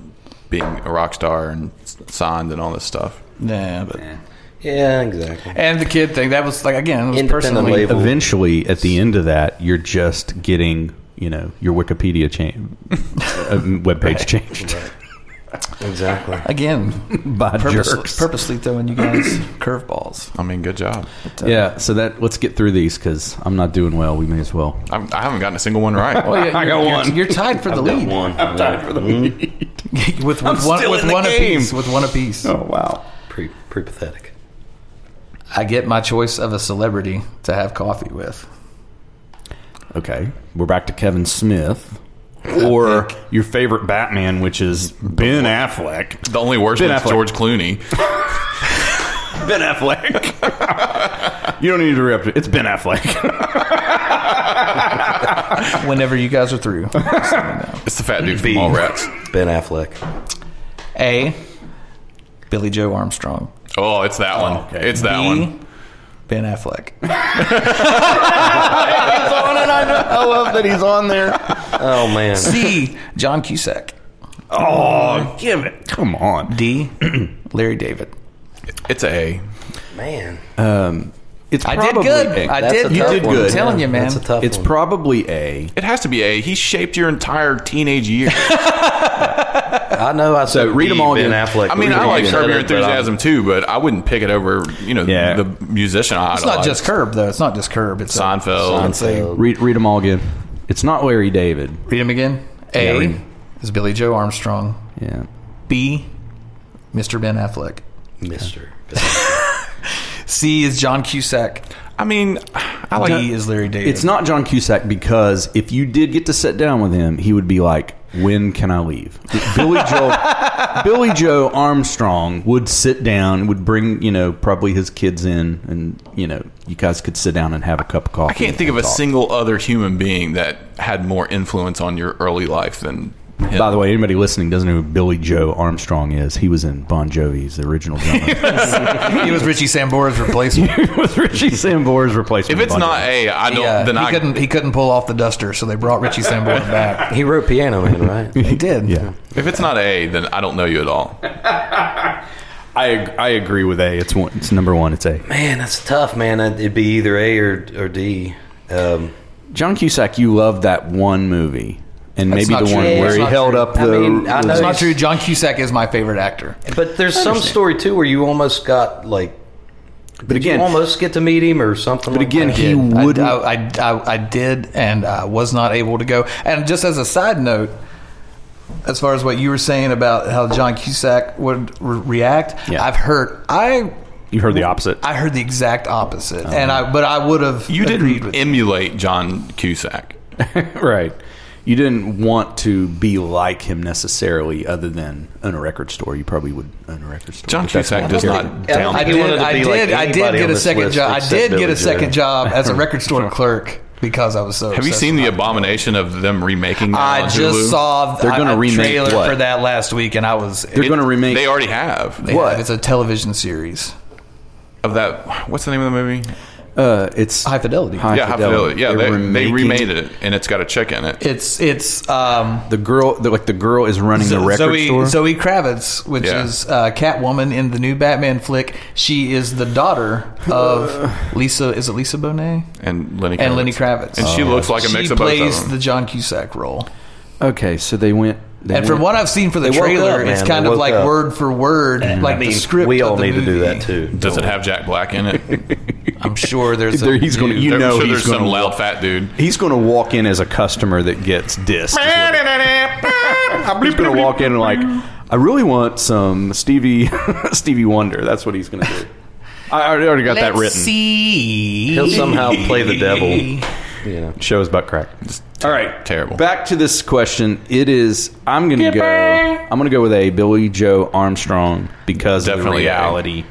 S6: being a rock star and signed and all this stuff.
S5: nah, but,
S8: yeah, exactly.
S5: and the kid thing. That was like again, it was
S8: Independent
S5: personally
S8: labor.
S4: eventually at the end of that you're just getting you know your Wikipedia change, uh, web page changed
S8: Exactly. <laughs>
S5: again
S4: <laughs> by
S5: purpose,
S4: jerks.
S5: purposely throwing you guys <clears throat> curveballs.
S6: I mean, good job.
S4: Yeah, so that let's get through these because I'm not doing well. We may as well.
S6: I'm, I haven't gotten a single one right.
S5: I got one. You're tied for the lead
S8: I'm tied for the
S5: with <laughs> with one
S4: still
S5: with
S4: in the
S5: one
S4: game.
S5: apiece. With one apiece.
S4: wow.
S8: pre pre pathetic.
S5: I get my choice of a celebrity to have coffee with.
S4: Okay, we're back to Kevin Smith. Or your favorite Batman, which is Ben Affleck.
S6: The only worst
S4: Ben
S6: one's
S4: Affleck.
S6: George
S4: <laughs>
S6: Clooney.
S4: Ben Affleck. <laughs> you don't need to re It's Ben Affleck. <laughs>
S5: Whenever you guys are <laughs> through,
S6: It's the fat dude from All Rats.
S8: Ben Affleck.
S5: A. Billy Joe Armstrong.
S6: Oh, it's that one.
S4: okay.
S6: It's that
S5: B.
S6: one.
S5: Ben Affleck. <laughs>
S4: I love that he's on there.
S8: Oh man.
S5: C. John <clears throat> Cusack.
S4: Oh, give it. Come on.
S5: D. Larry David.
S6: It's a A.
S8: Man,
S4: It's
S10: I
S4: probably
S10: did good.
S4: A.
S10: I
S8: that's
S10: did.
S8: a tough
S10: good.
S8: one.
S10: I'm telling you, man.
S8: That's a tough
S4: it's
S8: one.
S4: probably A.
S6: It has to be A. He shaped your entire teenage years.
S8: I know. I
S4: So <laughs>
S8: said
S4: read 'em
S8: B,
S4: all
S8: Ben
S4: again.
S8: Affleck.
S6: I mean,
S8: Read
S6: I
S8: 'em all
S6: like
S8: again.
S6: Curb Your
S8: But I'm-
S6: Enthusiasm too, but I wouldn't pick it over, you know,
S4: Yeah.
S6: the musician I
S5: It's not just Curb though. It's not just Curb. It's uh,
S6: Seinfeld.
S8: Seinfeld.
S4: Read read them all again. It's not Larry David.
S5: read him again.
S4: Yeah,
S5: A
S4: read 'em.
S5: is Billy Joe Armstrong.
S4: Yeah.
S5: B, Mr. Ben Affleck.
S8: Mister.
S5: C is John Cusack.
S6: I mean, I like
S5: D is Larry David.
S4: It's not John Cusack because if you did get to sit down with him, he would be like, "When can I leave?" Billy Joel, Billy Joe Armstrong would sit down, would bring you know probably his kids in, and you know you guys could sit down and have a cup of coffee.
S6: I can't think of a single other human being that had more influence on your early life than him.
S4: By the way, anybody listening doesn't know who Billy Joe Armstrong is. He was in Bon Jovi's the original drummer.
S5: <laughs> he was Richie Sambora's replacement.
S4: he was Richie Sambora's
S6: if
S4: replacement.
S6: it's
S4: in Bon
S6: not
S4: Jovi.
S6: A, I don't.
S5: Yeah,
S6: then
S5: he
S6: I
S5: couldn't. He couldn't pull off the duster, so they brought Richie Sambora <laughs> back.
S8: He wrote Piano Man, right?
S5: He did.
S4: yeah,
S6: If it's not A, then I don't know you at all.
S4: <laughs> I ag- I agree with A. It's one. It's number one. It's A.
S8: man, that's tough, man. It'd be either A or or D. Um,
S4: John Cusack, you love that one movie, and
S5: That's
S4: maybe
S5: not
S4: the
S5: true.
S4: one
S5: Yeah,
S4: where
S8: it's
S4: he
S8: not
S4: held
S8: true.
S4: up the.
S8: I mean, I know
S5: That's
S8: he's-
S5: not true. John Cusack is my favorite actor.
S8: But there's some story too where you almost got like,
S4: but again,
S8: you almost get to meet him or something.
S4: but
S8: like
S4: again,
S8: that.
S4: he
S5: did. I-
S4: wouldn't.
S5: I, I, I- I did, and I was not able to go. And just as a side note, as far as what you were saying about how John Cusack would re- react,
S4: Yeah.
S5: I've heard I
S4: you heard the opposite.
S5: I heard the exact opposite, and I but I would have
S6: You
S5: agreed
S6: didn't
S5: with
S6: emulate John Cusack.
S4: <laughs> right. You didn't want to be like him necessarily, other than own a record store. You probably would own a record store.
S6: John
S4: but that's
S6: Cusack
S4: not-
S6: does
S8: I
S6: not
S8: don't think- I don't
S6: down.
S5: I
S8: think- He
S5: did,
S8: wanted to
S5: I
S8: be
S5: did,
S8: like
S5: I did
S8: anybody
S5: get
S8: on
S5: a
S8: this
S5: second
S8: list
S5: job. I
S8: except
S5: did get
S8: Billy
S5: a second
S8: Joel.
S5: job as a record
S8: <laughs>
S5: store clerk because I was so.
S6: Have you
S5: obsessed
S6: seen
S5: with
S6: the
S5: Hot
S6: abomination of them remaking? that
S5: I
S6: on
S5: just
S6: Hulu?
S5: saw
S4: They're gonna
S5: a- a
S4: remake
S5: trailer
S4: what?
S5: for that last week, and I was
S4: They're going to remake.
S6: They already have
S5: They have-
S4: what?
S5: It's a television series.
S6: of that. What's the name of the movie?
S4: uh, it's
S5: High Fidelity.
S6: yeah, High Fidelity. Yeah,
S4: They're
S6: they, they
S4: remaking-
S6: remade it, and it's got a chick in it.
S5: It's it's um,
S4: The girl, the, like the girl, is running the record
S5: Zoe
S4: store.
S5: Zoe Kravitz, which
S6: Yeah.
S5: is uh, Catwoman in the new Batman flick. She is the daughter
S6: <laughs>
S5: of Lisa. Is it Lisa Bonet
S6: And Lenny Kravitz.
S5: and Lenny Kravitz? Oh,
S6: And she looks like a
S5: she
S6: mix of both
S5: plays
S6: of them.
S5: the John Cusack role.
S4: okay, so they went. They
S5: And from
S4: went-
S5: what I've seen for the
S8: They woke
S5: trailer,
S8: up,
S5: it's
S8: man.
S5: kind
S8: They
S5: of
S8: woke
S5: like
S8: up.
S5: word for word, like the script.
S8: we
S5: of
S8: all
S5: the
S8: need to do
S5: movie.
S8: that too.
S6: Does it have Jack Black in it?
S5: I'm sure
S8: <laughs>
S5: there's.
S4: There <laughs>
S5: A,
S4: he's going to.
S6: I'm
S4: You know,
S6: sure
S4: he's
S6: there's
S4: going
S6: some
S4: to
S6: loud fat dude.
S4: He's going to walk in as a customer that gets dissed. he's going to walk in and like, I really want some Stevie <laughs> Stevie Wonder. That's what he's going to do. <laughs> I already already got that written.
S5: see.
S8: He'll somehow play the devil. You know.
S4: Shows butt crack. All right,
S6: terrible.
S4: Back to this question. It is. I'm going to go. I'm going to go with a Billy Joe Armstrong because
S6: Definitely
S4: of
S6: A.
S4: the reality.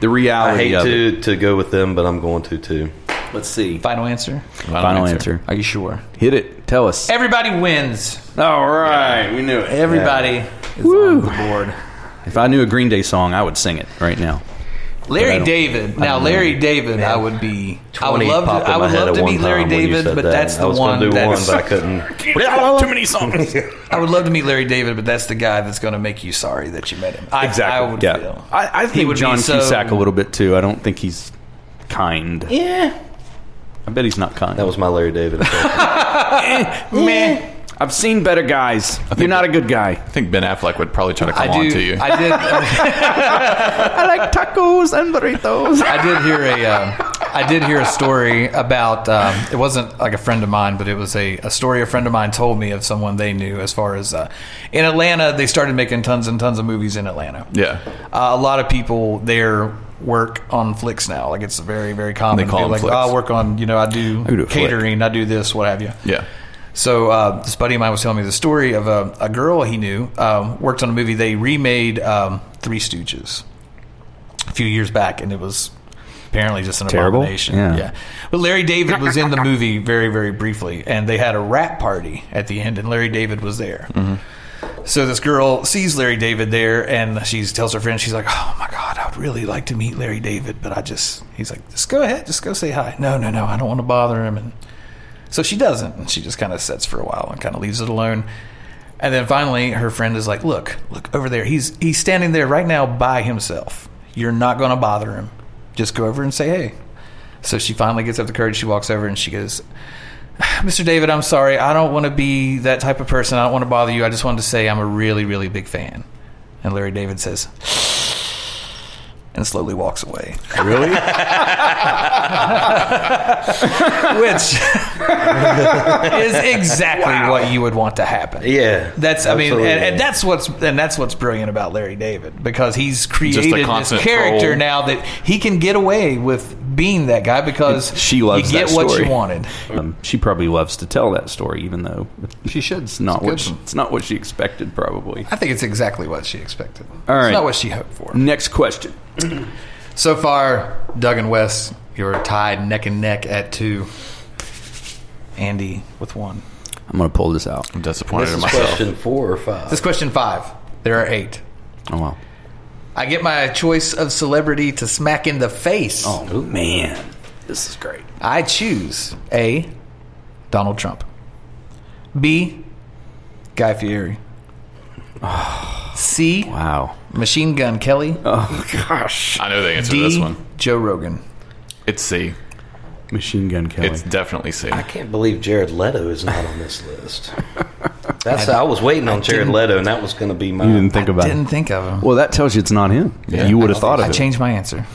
S4: The
S8: I
S4: reality
S8: hate
S4: of it.
S8: to to go with them, but I'm going to too.
S4: Let's see.
S5: Final answer.
S4: Final answer.
S5: Are you sure?
S4: Hit it. Tell us.
S5: Everybody wins.
S4: All right, we knew it.
S5: Everybody is on the board.
S4: If I knew a Green Day song, I would sing it right now. I
S5: Larry
S4: don't-
S5: David. Now, Larry David, I would be. I would
S8: 20
S5: love to.
S8: popped in
S5: I
S8: my
S5: would
S8: head
S5: love
S8: at
S5: to
S8: one
S5: meet Larry
S8: time when you
S5: David,
S8: said
S5: but
S8: that.
S5: that's the
S8: I was
S5: one.
S8: gonna do
S5: that's,
S8: one, but
S5: <laughs>
S8: I couldn't.
S4: Too many <laughs> songs.
S5: I would love to meet Larry David, but that's the guy that's going to make you sorry that you met him. I,
S4: Exactly.
S5: I would feel.
S4: I, I
S5: He
S4: think
S5: would be
S4: John
S5: so-
S4: Cusack a little bit too. I don't think he's kind. Yeah. I bet he's not kind.
S8: That was my
S5: <laughs>
S8: Larry David.
S5: Meh.
S4: I've seen better guys. You're not a good guy.
S6: I think Ben Affleck would probably try to come
S5: I
S6: on
S5: do.
S6: to you.
S5: I did.
S8: <laughs>
S4: I like tacos and burritos.
S5: I did hear a. Um, I did hear a story about. Um, it wasn't like a friend of mine, but it was a, a story a friend of mine told me of someone they knew. As far as uh, in Atlanta, they started making tons and tons of movies in Atlanta.
S6: yeah.
S5: uh, a lot of people there work on flicks now. Like it's very, very common.
S6: They call
S5: to
S6: them
S5: be like,
S6: flicks.
S5: "Oh, I work on, you know, I do,
S4: do a flick.
S5: catering, I do this, what have you.
S6: Yeah.
S5: So uh, this buddy of mine was telling me the story of a, a girl he knew um, worked on a movie. They remade um, Three Stooges a few years back, and it was apparently just an
S4: Terrible?
S5: abomination.
S4: Yeah.
S5: But Larry David was in the movie very, very briefly, and they had a rap party at the end, and Larry David was there.
S4: Mm-hmm.
S5: So this girl sees Larry David there, and she tells her friend, she's like, "Oh my god, I would really like to meet Larry David, but I just..." He's like, "Just go ahead, just go say hi." No, no, no, I don't want to bother him. And so she doesn't, and she just kind of sits for a while and kind of leaves it alone. And then finally, her friend is like, "Look, look over there. He's he's standing there right now by himself. You're not going to bother him. just go over and say hey. So she finally gets up the courage. She walks over and she goes, Mr. David, I'm sorry. I don't want to be that type of person. I don't want to bother you. I just wanted to say I'm a really, really big fan. And Larry David says, and slowly walks away. <laughs>
S4: Really?
S5: Which is exactly what you would want to happen.
S8: Yeah.
S5: That's I mean, and,
S8: Absolutely.
S5: and that's what's and that's what's brilliant about Larry David because he's
S6: Just a
S5: created this
S6: constant
S5: character
S6: troll.
S5: now that he can get away with being that guy because
S4: She loves
S5: you get
S4: that
S5: what
S4: story.
S5: you wanted.
S4: <laughs> Um, she probably loves to tell that story, even though
S5: She should.
S4: it's not what she, it's not what she expected. Probably.
S5: I think it's exactly what she expected.
S4: All right.
S5: It's not what she hoped for.
S4: Next question.
S5: So far, Doug and Wes, you're tied neck and neck at two. Andy with one.
S4: I'm going to pull this out.
S6: I'm disappointed
S8: This
S6: in
S8: is
S6: myself.
S8: question four or five.
S5: This is question five. There are eight.
S4: Oh wow.
S5: I get my choice of celebrity to smack in the face.
S4: Oh man, this is great.
S5: I choose A. Donald Trump. B. Guy Fieri. C.
S4: Wow.
S5: Machine Gun Kelly.
S4: Oh,
S6: I know the answer
S5: D.
S6: to this one.
S5: Joe Rogan.
S6: It's C.
S4: Machine Gun Kelly.
S6: It's definitely C.
S8: I can't believe Jared Leto is not on this
S5: <laughs>
S8: list. That's I, was waiting on Jared Leto, and that was going to be my.
S4: you didn't think about
S5: Didn't
S4: it.
S5: think of him.
S4: Well, that tells you it's not him.
S6: Yeah.
S4: you would have thought
S5: I
S4: of it.
S5: changed my answer.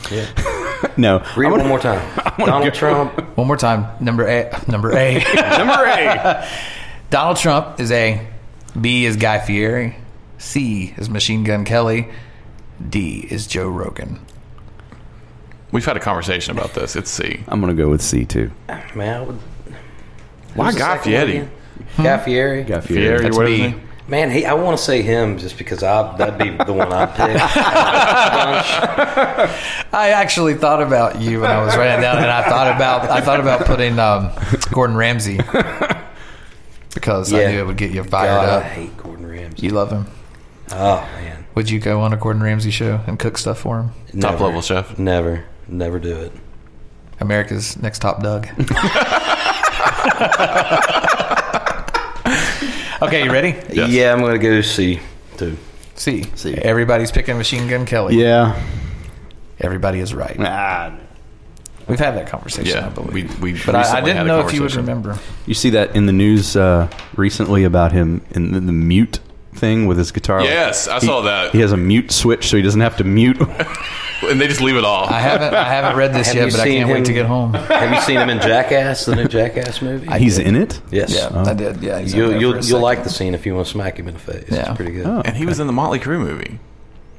S4: No. <laughs>
S8: Read
S4: I'm gonna-
S8: it one more time. Donald Trump.
S5: One more time. Number A. Number A. <laughs>
S4: Number eight.
S5: Donald Trump is A. B is Guy Fieri. C is Machine Gun Kelly. D is Joe Rogan.
S6: We've had a conversation about this. It's C.
S4: I'm going to go with C too.
S8: Man, I would,
S6: Why Guy Fieri?
S4: Hmm?
S8: Guy Fieri.
S4: Guy
S6: Fieri,
S4: Fieri.
S6: what is
S5: B.
S6: it?
S8: Man, he, I want to say him just because I that'd be the one
S4: <laughs>
S8: I pick.
S5: I actually thought about you when I was writing it down, and I thought about I thought about putting um, Gordon Ramsay because I
S8: Yeah.
S5: knew it would get you fired
S8: God, I
S5: up.
S8: hate Gordon Ramsay.
S5: You love him.
S8: Oh man,
S5: Would you go on a Gordon Ramsay show and cook stuff for him?
S6: Top
S8: Never.
S6: level chef.
S8: Never, never do it.
S5: America's next top
S8: <laughs>
S5: dog. okay, you ready?
S6: Yes.
S8: Yeah, I'm going to go C too.
S5: See, everybody's picking Machine Gun Kelly.
S4: Yeah.
S5: Everybody is right.
S4: Ah.
S5: We've had that conversation, I
S6: Yeah,
S5: believe.
S6: we we.
S5: but I, I didn't know if you would remember.
S4: You see that in the news uh, recently about him in the, the mute thing with his guitar.
S6: Yes, I
S4: He-
S6: saw that.
S4: He has a mute switch, so he doesn't have to <laughs> mute.
S6: And they just leave it all.
S5: I haven't I haven't read this
S8: Have
S5: yet,
S8: you
S5: but I
S8: seen
S5: can't
S8: him-
S5: wait to get home.
S8: Have you seen
S6: <laughs>
S8: him in Jackass, the new Jackass movie?
S4: Uh, He's in it.
S8: yes.
S5: Yeah, I did. Yeah, he's in
S8: You'll
S5: there for
S8: you'll,
S5: a
S8: you'll
S5: second.
S8: like the scene if you want to smack him in the face.
S5: Yeah.
S8: It's pretty good.
S6: and he was in the Motley Crue movie.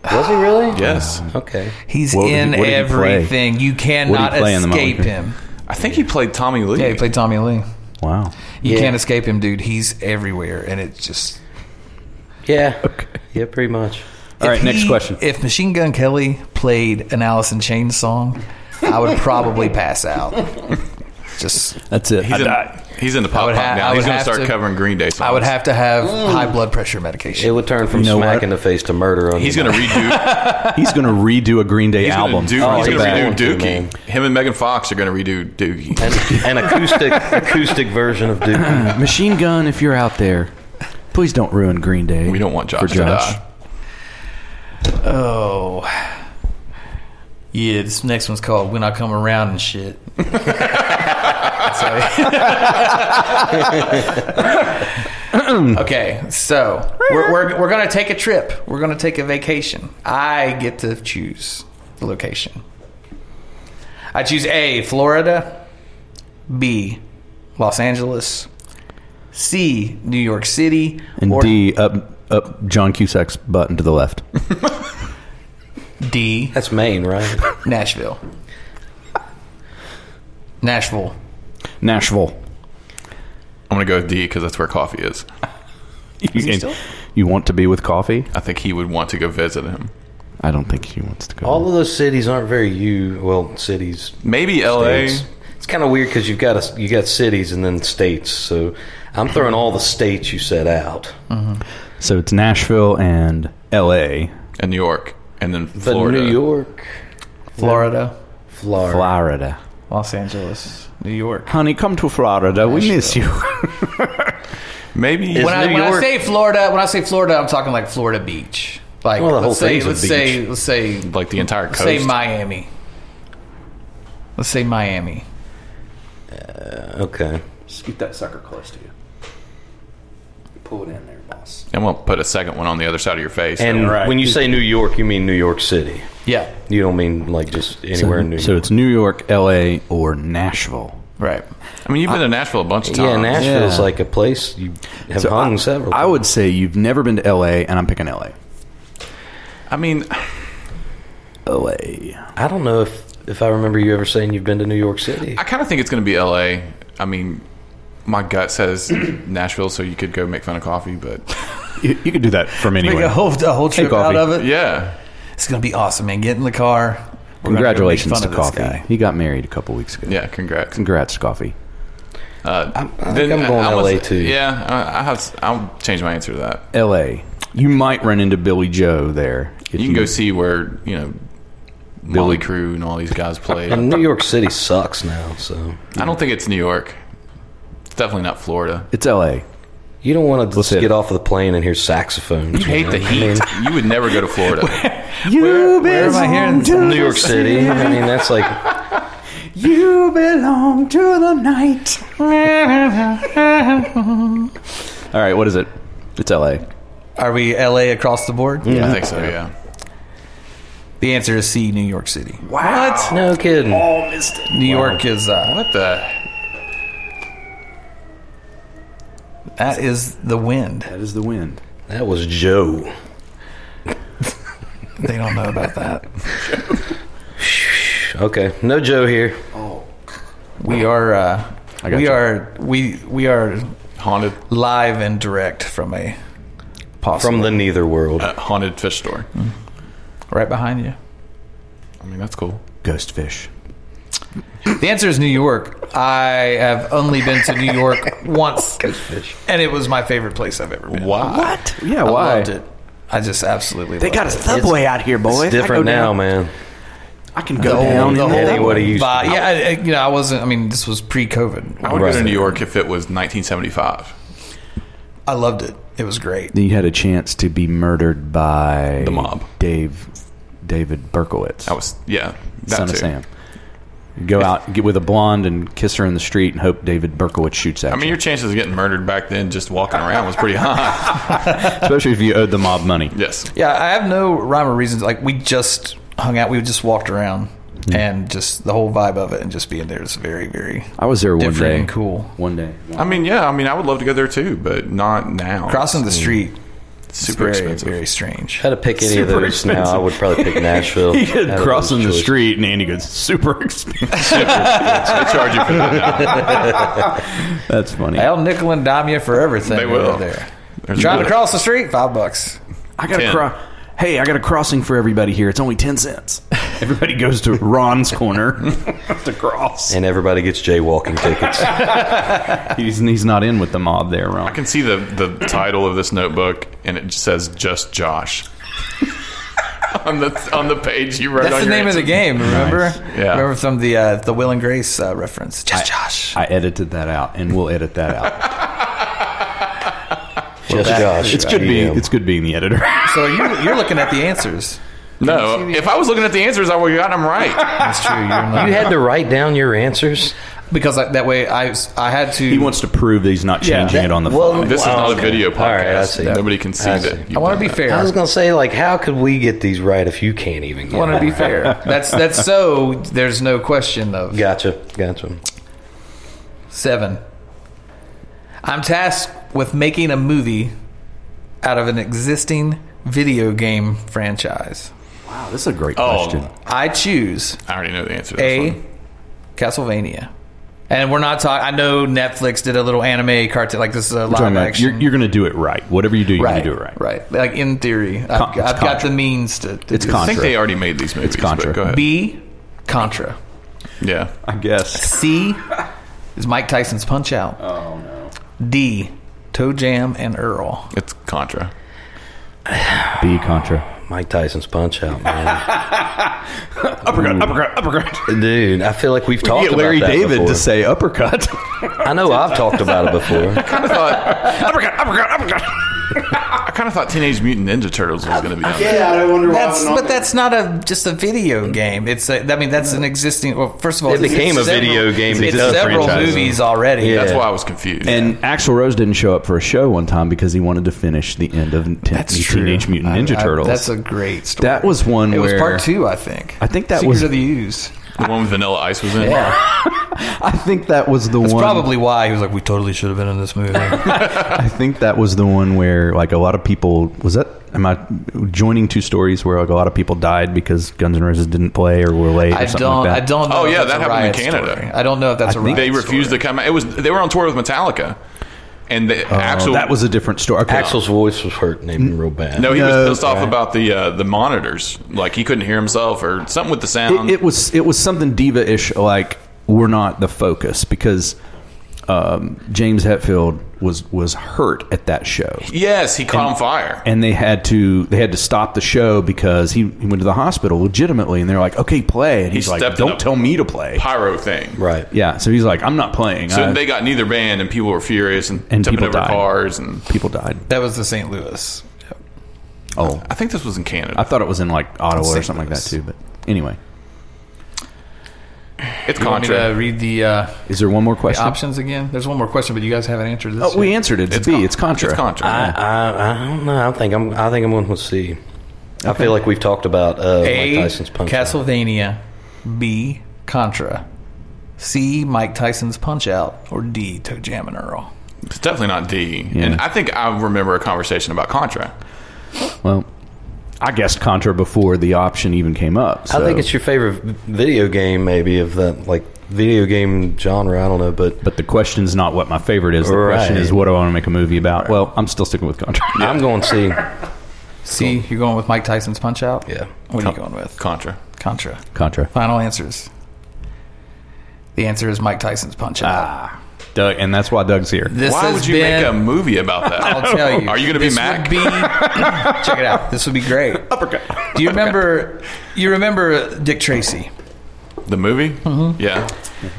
S8: Was he
S5: Uh,
S8: really?
S6: Yes,
S8: Okay.
S5: He's
S4: What did he-
S5: in
S4: what did he play?
S5: everything. You cannot
S4: play in the Motley
S5: escape
S4: Crue?
S5: him.
S6: I think he played Tommy Lee.
S5: Yeah, he played Tommy Lee.
S4: Wow.
S5: You
S8: Yeah.
S5: can't escape him, dude. He's everywhere, and it's just.
S8: Yeah. Yeah, pretty much.
S4: All right.
S5: If
S4: Next
S5: he-
S4: question.
S5: If Machine Gun Kelly played an Allison Chain song, I would probably
S4: <laughs>
S5: pass out. Just,
S4: That's it.
S6: He's in, he's in the pop
S5: would
S6: pop
S5: ha- I
S6: now.
S5: would
S6: He's going
S5: have
S6: to start
S5: to-
S6: covering Green Day songs.
S5: I would have to have high blood pressure
S8: It
S5: medication.
S8: would turn from
S4: You know
S8: smack
S4: what?
S8: in the face to murder on
S6: He's
S8: you.
S6: going to
S5: <laughs>
S6: redo.
S4: He's going to redo a Green Day
S6: He's
S4: album.
S6: going to do.
S8: Oh,
S6: he's
S8: he's
S6: going
S8: going
S6: to
S8: to,
S6: redo
S8: man.
S5: Oh,
S6: Dookie. Him and Megan Fox are going to redo Dookie.
S8: an, an acoustic acoustic version of Duke.
S4: Machine Gun, if you're out there, please don't ruin Green Day.
S6: We don't want Josh,
S4: for Josh.
S6: to die.
S5: Oh. Yeah, this next one's called When I Come Around and Shit. <laughs> So- okay, so we're, we're, we're going to take a trip. We're going to take a vacation. I get to choose the location. I choose A, Florida, B, Los Angeles, C, New York City,
S4: And
S5: or
S4: D up up John Cusack's button to the <laughs> left.
S5: D,
S8: That's Maine, right?
S5: Nashville. Nashville.
S4: Nashville.
S6: I'm going to go with D because that's where coffee is.
S4: You, you want to be with coffee?
S6: I think he would want to go visit him.
S4: I don't think he wants to go.
S8: All of those cities aren't very you. Well, cities.
S6: Maybe L.A.
S8: It's, it's kind of weird because you've got a, you got cities and then states. So I'm throwing all the states you set out.
S4: so it's Nashville and L.A.
S6: and New York, and then
S8: But
S6: Florida.
S8: New York,
S5: Florida.
S8: Florida.
S4: Florida.
S5: Los Angeles. New York.
S4: Honey, come to Florida. We miss you.
S6: Maybe
S8: Is
S5: When, I,
S8: New
S5: when I
S8: York-
S5: say Florida, when I say Florida, I'm talking like Florida Beach. Like
S8: Well, the whole
S5: let's say
S8: thing's a
S5: let's
S8: beach.
S5: say let's say
S6: like the entire
S5: let's say
S6: coast.
S5: Miami. Let's say Miami.
S8: Okay.
S4: Scoot that sucker close to you. Pull it in there, boss.
S6: I won't put a second one on the other side of your face.
S8: And
S12: Right.
S8: when you say New York, you mean New York City.
S5: Yeah.
S8: You don't mean like just anywhere
S4: so,
S8: in New
S4: so
S8: York.
S4: it's New York, L.A., or Nashville.
S5: Right.
S6: I mean, you've been to Nashville a bunch of times.
S8: Yeah, Nashville's
S4: Yeah.
S8: like a place you have
S4: So
S8: hung
S4: I,
S8: several.
S4: I would say you've never been to L.A., and I'm picking L.A.
S6: I mean,
S4: L.A.
S8: I don't know if if I remember you ever saying you've been to New York City.
S6: I kind of think it's going to be L.A. I mean, my gut
S8: <clears throat>
S6: says Nashville, so you could go make fun of coffee, but
S4: You, you could do that from
S5: Make
S4: anywhere.
S5: a whole, a whole trip out
S4: coffee.
S5: of it.
S6: yeah.
S5: It's going to be awesome, man. Get in the car. We're gonna go make
S4: Congratulations
S5: fun
S4: to
S5: of this
S4: Coffee.
S5: guy.
S4: He got married a couple weeks ago.
S6: Yeah, congrats.
S4: Congrats, Coffee.
S6: Uh,
S8: I think I'm going
S6: was-
S8: LA too.
S6: Yeah, I, I have, I'll change my answer to that.
S4: L.A. You might run into Billy Joe there. if
S6: You can go see where, you know, Billy Crew and all these guys play.
S8: And New York City sucks now, so
S6: I don't think it's New York. It's definitely not Florida.
S4: It's L.A.
S8: you don't want to just
S4: hit
S8: get
S4: it.
S8: off of the plane and hear saxophones.
S6: You hate the heat. You would never go to Florida.
S4: You
S5: Where am I hearing this?
S6: <laughs>
S8: New York City. I mean, that's like
S4: You belong to the night. All right, what is it? It's LA.
S5: Are we LA across the board?
S8: Mm.
S6: I think so, yeah.
S5: The answer is C, New York City.
S8: what? No kidding.
S5: New York is uh,
S6: What the?
S5: that is the wind.
S4: That is the wind.
S8: That was Joe.
S5: They don't know
S4: <laughs>
S5: about that.
S8: Okay, no Joe here.
S5: We are uh,
S4: got
S5: we
S4: you.
S5: are we we are
S6: Haunted,
S5: live and direct from a
S8: From the neither world.
S6: uh, haunted fish store.
S5: right behind you.
S6: I mean, that's cool.
S4: Ghost fish.
S5: The answer is New York. I have only been to
S4: <laughs>
S5: New York once, and it was my favorite place I've ever been.
S6: Why?
S4: What? Yeah,
S5: I
S4: why?
S5: loved it. I just absolutely
S4: They
S5: loved
S4: got a
S5: it.
S4: subway out here, boys.
S8: It's different now, man.
S4: I can go down.
S5: the
S4: in there.
S8: Danny, what do you?
S5: But yeah, I, I- you know, I wasn't. I mean, this was pre-COVID.
S6: I would go to
S8: Right.
S6: New York if it was 1975.
S5: I loved it. It was great.
S4: Then you had a chance to be murdered by
S6: The mob.
S4: Dave, David Berkowitz,
S6: That was, yeah. That
S4: son
S6: too.
S4: of Sam. Go out, get with a blonde, and kiss her in the street, and hope David Berkowitz shoots at
S6: I mean,
S4: you.
S6: your chances of getting murdered back then just walking around was pretty high.
S4: Especially if you owed the mob money.
S6: yes.
S5: Yeah, I have no rhyme or reason. Like we just hung out. We just walked around,
S4: Hmm.
S5: and just the whole vibe of it, and just being there is very, very
S4: I was there one
S5: different
S4: day.
S5: and cool.
S4: One day.
S6: <laughs> I mean, yeah. I mean, I would love to go there too, but not now.
S5: Crossing
S4: Hmm.
S5: the street,
S6: It's
S5: super
S6: super
S5: very,
S6: expensive.
S5: very strange.
S8: Had to pick any of
S4: Super
S8: those now. I would probably pick Nashville.
S4: He
S8: Out of
S4: could
S8: those
S4: cross in the
S8: choices.
S4: street, and Andy goes, super expensive.
S6: They charge you for that now.
S4: That's funny.
S5: They'll nickel and dime you for everything.
S6: They will.
S5: over there.
S6: There's
S5: Drive
S6: no-
S5: across the street, five bucks.
S4: I got a
S6: Ten.
S4: cro- Hey, I got a crossing for everybody here. It's only ten
S6: <laughs>
S4: cents. Everybody goes to Ron's corner to cross.
S8: And everybody gets jaywalking tickets.
S4: He's, he's not in with the mob there,
S6: I
S4: Ron.
S6: can see the, the title of this notebook, and it says just Josh <laughs> on the on the page you wrote.
S5: That's
S6: on
S5: the
S6: your
S5: name of the
S6: answer.
S5: game. Remember?
S6: Yeah.
S5: Remember from the uh, the Will and Grace uh, reference. Just Josh.
S4: I edited that out, and we'll edit that
S6: <laughs>
S4: out.
S8: Just Josh.
S4: it's good being
S8: GM.
S4: it's good being the editor.
S5: so you, you're looking at the answers.
S6: No, if I was looking at the answers, I would have gotten
S5: <laughs>
S6: them right.
S5: That's true. You're not,
S6: <laughs>
S8: You had to write down your answers.
S5: because I, that way I was- I had to.
S4: he wants to prove that he's not changing it on the
S8: well,
S4: fly.
S6: This is not a
S8: okay.
S6: video podcast.
S8: All right, I see.
S6: Nobody can see
S8: I see.
S6: that.
S5: I want to be fair.
S8: I was gonna say, like, how could we get these right if you can't even get?
S5: want to
S8: them
S5: be
S4: <laughs>
S8: right?
S5: fair. That's that's so. There's no question of
S8: Gotcha, gotcha.
S5: seven. I'm tasked with making a movie out of an existing video game franchise.
S4: Wow, this is a great
S6: Oh.
S4: question.
S5: I choose
S6: I already know the answer. To this
S5: A,
S6: one.
S5: Castlevania. And we're not talking. I know Netflix did a little anime cartoon like this is
S4: We're
S5: a
S4: talking
S5: live
S4: about-
S5: action.
S4: You're, going to do it right. Whatever you do, you're
S5: right,
S4: going to do it right.
S5: right. Like in theory, I've,
S4: Con- it's
S5: I've got
S4: Contra.
S5: the means to. to
S4: It's
S5: do this.
S6: I think
S4: Contra.
S6: they already made these movies.
S4: Contra.
S6: But go ahead.
S5: B, Contra.
S6: yeah.
S4: I guess.
S5: C is Mike Tyson's Punch Out. Oh no. D, Toe Jam and Earl.
S6: It's Contra.
S4: B Contra.
S8: Mike Tyson's punch out, man.
S4: Uppercut, uppercut,
S6: <laughs>
S4: uppercut.
S8: Dude, I feel like we've talked
S4: Get
S8: about
S4: Larry
S8: that
S4: David
S8: before.
S4: to say uppercut.
S8: I know I've talked about it before.
S6: <laughs> I thought
S4: uppercut, uppercut, uppercut.
S6: <laughs> I kind of thought Teenage Mutant Ninja Turtles was going to be on there.
S13: I wonder
S5: That's but that's not a just a video game. It's a, I mean that's an existing. Well, first of all,
S8: It
S5: it's-
S8: became
S5: it's
S8: a video game
S5: It's
S8: because
S5: several
S8: franchise.
S5: movies already.
S8: Yeah.
S6: That's why I was confused.
S4: <laughs> And Axl Rose didn't show up for a show one time because he wanted to finish the end of Teen- Teenage Mutant
S5: I-
S4: Ninja
S5: I-
S4: Turtles.
S5: that's a great story.
S4: that was one
S5: it
S4: where
S5: was part two, I think.
S4: I think that
S5: Secret
S4: was-
S5: of the Use.
S6: the one with Vanilla Ice was in. it.
S4: I think that was the
S5: That's
S4: one.
S5: probably why he was like, "We totally should have been in
S4: <laughs>
S5: this movie."
S4: I think that was the one where like a lot of people was that. Am I joining two stories where like a lot of people died because Guns N' Roses didn't play or were late? Or
S5: I
S4: something
S5: don't.
S4: Like that?
S5: I don't. Know
S6: Oh,
S5: if
S6: yeah,
S5: that's
S6: that
S5: a
S6: happened in
S5: riot
S6: Canada.
S5: story. I don't know if that's a riot
S6: They refused
S5: story.
S6: to come out. It was they were on tour with Metallica, and the
S4: Oh,
S6: actual
S4: that was a different story. Okay.
S8: Axel's voice was hurting him real bad.
S6: no. He
S4: No.
S6: was pissed off about the uh, the monitors, like he couldn't hear himself or something with the sound.
S4: it, it was it was something diva-ish like we're not the focus because um, James Hetfield was was hurt at that show
S6: yes, he caught on fire.
S4: and they had to they had to stop the show because he, he went to the hospital legitimately and they're like okay play and
S6: He
S4: he's like
S6: stepped in
S4: don't
S6: a-
S4: tell me to play
S6: pyro thing.
S8: Right.
S4: yeah so he's like I'm not playing
S6: So
S4: I-
S6: they got neither band, and people were furious and,
S4: And
S6: jumping
S4: people
S6: over
S4: died.
S6: cars. And
S4: people died
S5: That was the St. Louis.
S4: oh
S6: I think this was in Canada.
S4: I thought it was in like Ottawa or
S5: St.
S4: something like that
S5: Louis.
S4: too but anyway
S6: it's
S5: You want me to
S6: Contra.
S5: read the, uh,
S4: is there one more
S5: the
S4: question
S5: options again? There's one more question, but you guys haven't answered this.
S4: oh, we
S5: yet.
S4: answered it it's,
S6: It's
S4: B
S6: con-
S4: it's Contra Ah.
S6: It's Contra.
S8: I, I don't know. I think I'm. I think I'm going with C. I feel like we've talked about uh, Mike Tyson's
S5: A.
S8: punch.
S5: Castlevania. B. Contra. C. Mike Tyson's Punch Out. Or D. Toe Jam and Earl.
S6: it's definitely not D.
S4: Yeah.
S6: And I think I remember a conversation about Contra.
S4: well I guessed Contra before the option even came up
S8: I think
S4: so-
S8: it's your favorite v- video game, maybe of that like video game genre. I don't know, but
S4: But the question's not what my favorite is. The question
S8: Right.
S4: is what do I want to make a movie about? Well, I'm still sticking with Contra.
S8: I'm going C.
S5: C. You're going with Mike Tyson's Punch Out?
S8: Yeah.
S5: What are you going with?
S6: Contra.
S5: Contra.
S4: Contra.
S5: Final answers. The answer is Mike Tyson's Punch Out.
S4: Doug, and that's why Doug's here.
S5: this
S6: Ah, Why
S5: has
S6: would you
S5: been,
S6: make a movie about
S5: <laughs>
S6: that?
S5: I'll tell you.
S6: Are you going to be
S5: This
S6: Mac?
S5: would
S6: <laughs>
S5: be- check it out. This would be great. Do you remember? You remember Dick Tracy?
S6: the movie? Mm-hmm. Yeah.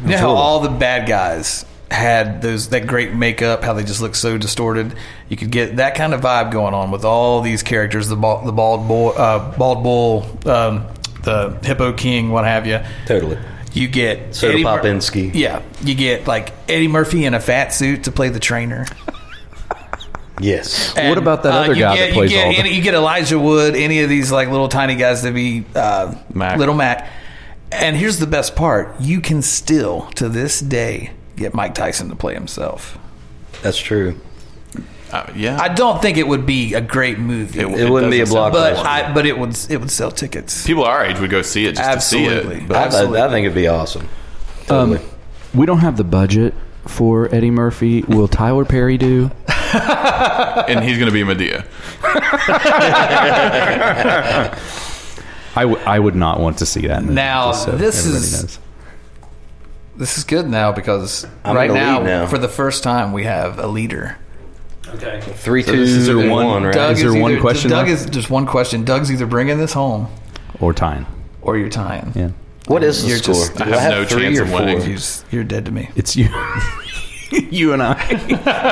S5: You know how all the bad guys had those that great makeup, how they just look so distorted. You could get that kind of vibe going on with all these characters: the bald, the bald bull, uh, bald bull, um, the hippo king, what have you.
S8: Totally.
S5: You get
S8: Soda
S5: Eddie Mur-
S8: Popinski.
S5: yeah, you get like Eddie Murphy in a fat suit to play the trainer.
S8: Yes.
S4: What about that other
S5: uh, you
S4: guy
S5: get,
S4: that plays
S5: you get,
S4: all the-
S5: any, You get Elijah Wood, any of these like little tiny guys to be uh,
S6: Mac.
S5: Little Mac. And here's the best part: you can still, to this day, get Mike Tyson to play himself.
S8: That's true.
S6: Uh, yeah.
S5: I don't think it would be a great movie,
S6: It-
S8: It, wouldn't be a
S6: doesn't sound-
S5: but
S8: blockbuster.
S5: I, but it would it would sell tickets.
S6: People our age would go see it just to see
S5: Absolutely,
S6: it.
S8: I,
S5: absolutely.
S8: I think it'd be awesome.
S4: Um, we don't have the budget for Eddie Murphy. <laughs> Will Tyler Perry do?
S6: And he's going to be Medea.
S4: I, w- I would not want to see that movie.
S5: Now,
S4: just so
S5: this
S4: everybody
S5: is-
S4: knows.
S5: This is good now because
S8: I'm
S5: right
S8: in the
S5: now,
S8: lead now.
S5: for the first time, we have a leader.
S8: Three, two,
S4: this is your
S8: and
S4: one-
S8: right?
S4: Doug- Is there
S5: either,
S4: one question
S5: Doug
S4: left?
S5: is just one question. Doug's either bringing this home
S4: Or time.
S5: or you're tying.
S4: Yeah.
S8: what is the
S5: You're
S8: score?
S5: just-
S8: Do
S6: I have no
S8: three
S6: chance
S8: or
S6: of winning.
S8: four?
S5: You just- You're dead to me.
S4: It's you. <laughs> you and I.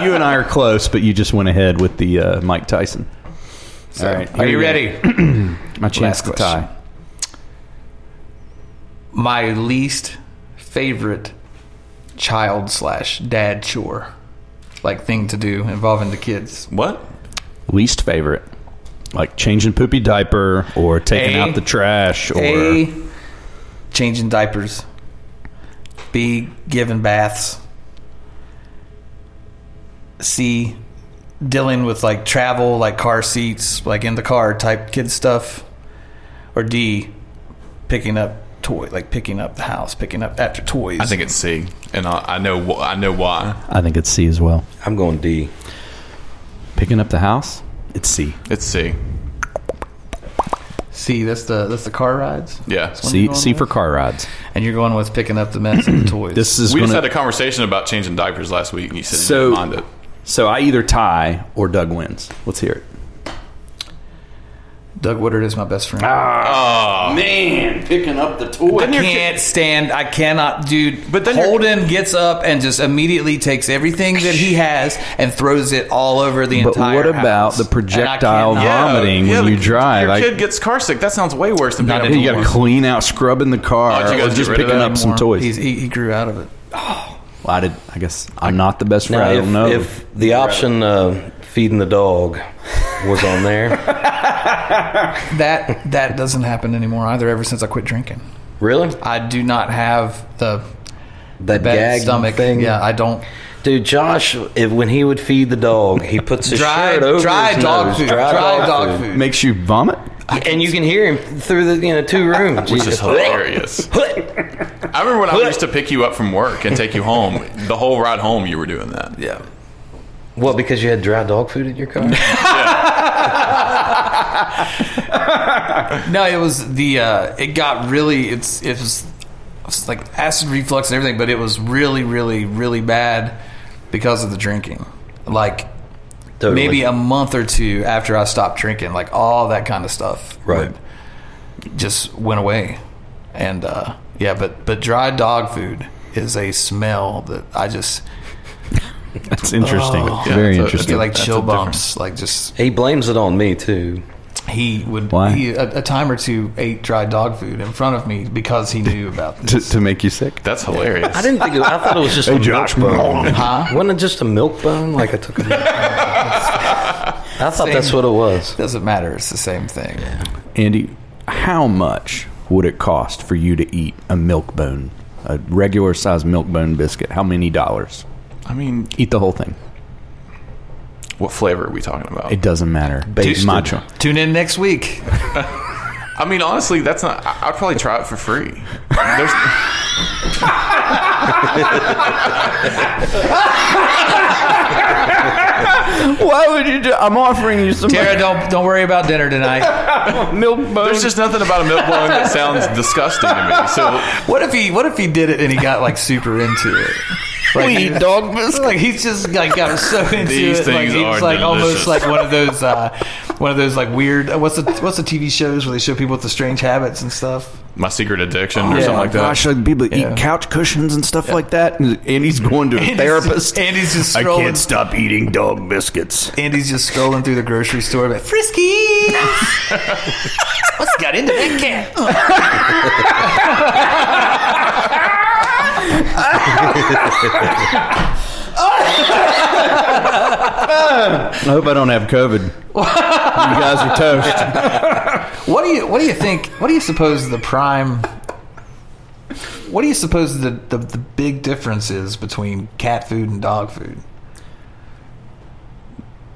S5: <laughs>
S4: you and I are close, but you just went ahead with the uh, Mike Tyson.
S5: All
S4: right.
S5: Are you ready?
S4: My chance
S5: Last
S4: to
S5: question.
S4: tie.
S5: My least favorite child slash dad chore, like thing to do involving the kids.
S6: What?
S4: Least favorite. Like changing poopy diaper or taking
S5: A.
S4: out the trash or
S5: A. Changing diapers. B. Giving baths. C. Dealing with like travel, like car seats, like in the car type kid stuff. Or D. Picking up toy, like picking up the house, picking up after toys.
S6: I think it's C. And I, I know wh- I know why.
S4: I think it's C as well.
S8: I'm going D.
S4: Picking up the house? It's C.
S6: It's C.
S5: C. That's the that's the car rides.
S6: Yeah.
S5: What are you
S4: C,
S5: going
S4: C for
S5: with?
S4: car rides.
S5: And you're going with picking up the mess and the toys.
S4: This is
S6: We
S4: going
S6: just had
S4: to.
S6: a conversation about changing diapers last week, and you said
S4: So-
S6: you didn't mind it.
S4: So I either tie or Doug wins. Let's hear it.
S5: Doug Woodard is my best friend.
S4: Ah,
S5: Ah.
S4: Man, picking up the toy.
S5: I can't stand. I cannot, dude. But then Holden gets up and just immediately takes everything that he has and throws it all over the
S4: But
S5: entire.
S4: what about
S5: house.
S4: the
S5: And I
S4: projectile
S5: cannot-
S4: vomiting when you drive?
S6: Your
S4: I-
S6: kid gets car sick. That sounds way worse than being
S4: you
S6: a
S4: got to clean out, scrubbing the car,
S6: Oh, you
S4: or
S6: guys get
S4: just
S6: rid of
S4: picking
S6: that
S4: up some toys.
S5: He's, he, he grew out of it.
S4: Well, I did. I guess I'm not the best friend.
S8: Now,
S4: I
S8: if,
S4: don't know.
S8: if the option uh, feeding the dog was on <laughs> there,
S5: That that doesn't happen anymore either. Ever since I quit drinking,
S8: really?
S5: I do not have the
S8: That
S5: bad
S8: gag
S5: stomach
S8: thing.
S5: Yeah, I don't.
S8: dude. Josh, if, when he would feed the dog, he puts his
S5: Dry
S8: shirt over
S5: dry
S8: his
S5: dog
S8: nose.
S5: food. Dry dog food.
S4: Makes you vomit.
S8: and you can hear him through the you
S5: <laughs>
S8: know two rooms.
S6: Which is hilarious. I remember when I used to pick you up from work and take you home. The whole ride home, you were doing that. Yeah.
S8: What? Because you had dry dog food in
S5: <laughs>
S8: your car?
S5: No, it was the. Uh, it got really. It's it was, it was like acid reflux and everything, but it was really, really, really bad because of the drinking. Like
S8: Totally.
S5: maybe a month or two after I stopped drinking, like all that kind of stuff.
S8: Right.
S5: would- Just went away, and uh, yeah, but but dry dog food is a smell that I just
S4: That's interesting.
S6: Yeah,
S4: Very
S6: it's a-
S4: interesting.
S5: get like
S6: That's
S5: chill
S6: a different-
S5: bumps. Like just
S8: He blames it on me too.
S5: he would
S4: Why?
S5: he a, a time or two ate dry dog food in front of me because he knew about
S6: <laughs>
S5: this.
S4: to, to make you sick.
S6: That's hilarious.
S8: I didn't think. It, I thought it was just a
S4: Josh.
S8: milk bone. Wasn't it just a milk bone? Like
S5: <laughs>
S8: I took. A milk bone. I thought that's what it was.
S5: Doesn't matter. It's the same thing.
S4: Andy, how much would it cost for you to eat a milk bone, a regular size milk bone biscuit? How many dollars?
S6: I mean,
S4: Eat the whole thing.
S6: what flavor are we talking about?
S4: It doesn't matter. Based macho.
S5: Tune in next week.
S6: I mean, honestly, that's not. I- I'd probably try it for free. There's,
S4: Why would you do? I'm offering you some
S5: Tara, don't don't worry about dinner tonight.
S4: milk bone.
S6: there's just nothing about a milk bone that sounds disgusting to me. So
S5: <laughs> What if he What if he did it and he got like super into it? Like, we eat dog Like he's just like got so into
S6: These
S5: it. Like
S6: things
S5: he was
S6: are
S5: like almost
S6: delicious.
S5: like one of those uh, one of those like weird. uh, What's the What's the TV shows where they show people with the strange habits and stuff?
S6: my secret addiction or something like that.
S4: Oh Gosh, like people that
S5: Yeah.
S4: eat couch cushions and stuff like that. And Andy's going <laughs> to a therapist.
S5: Andy's just
S4: I
S5: scrolling.
S4: can't stop eating dog biscuits.
S5: Andy's just scrolling through the grocery store, but Frisky. What's got into that cat?
S4: I hope I don't have COVID. you guys are toast.
S5: What do you What do you think? What do you suppose the prime? What do you suppose the, the, the big difference is between cat food and dog food?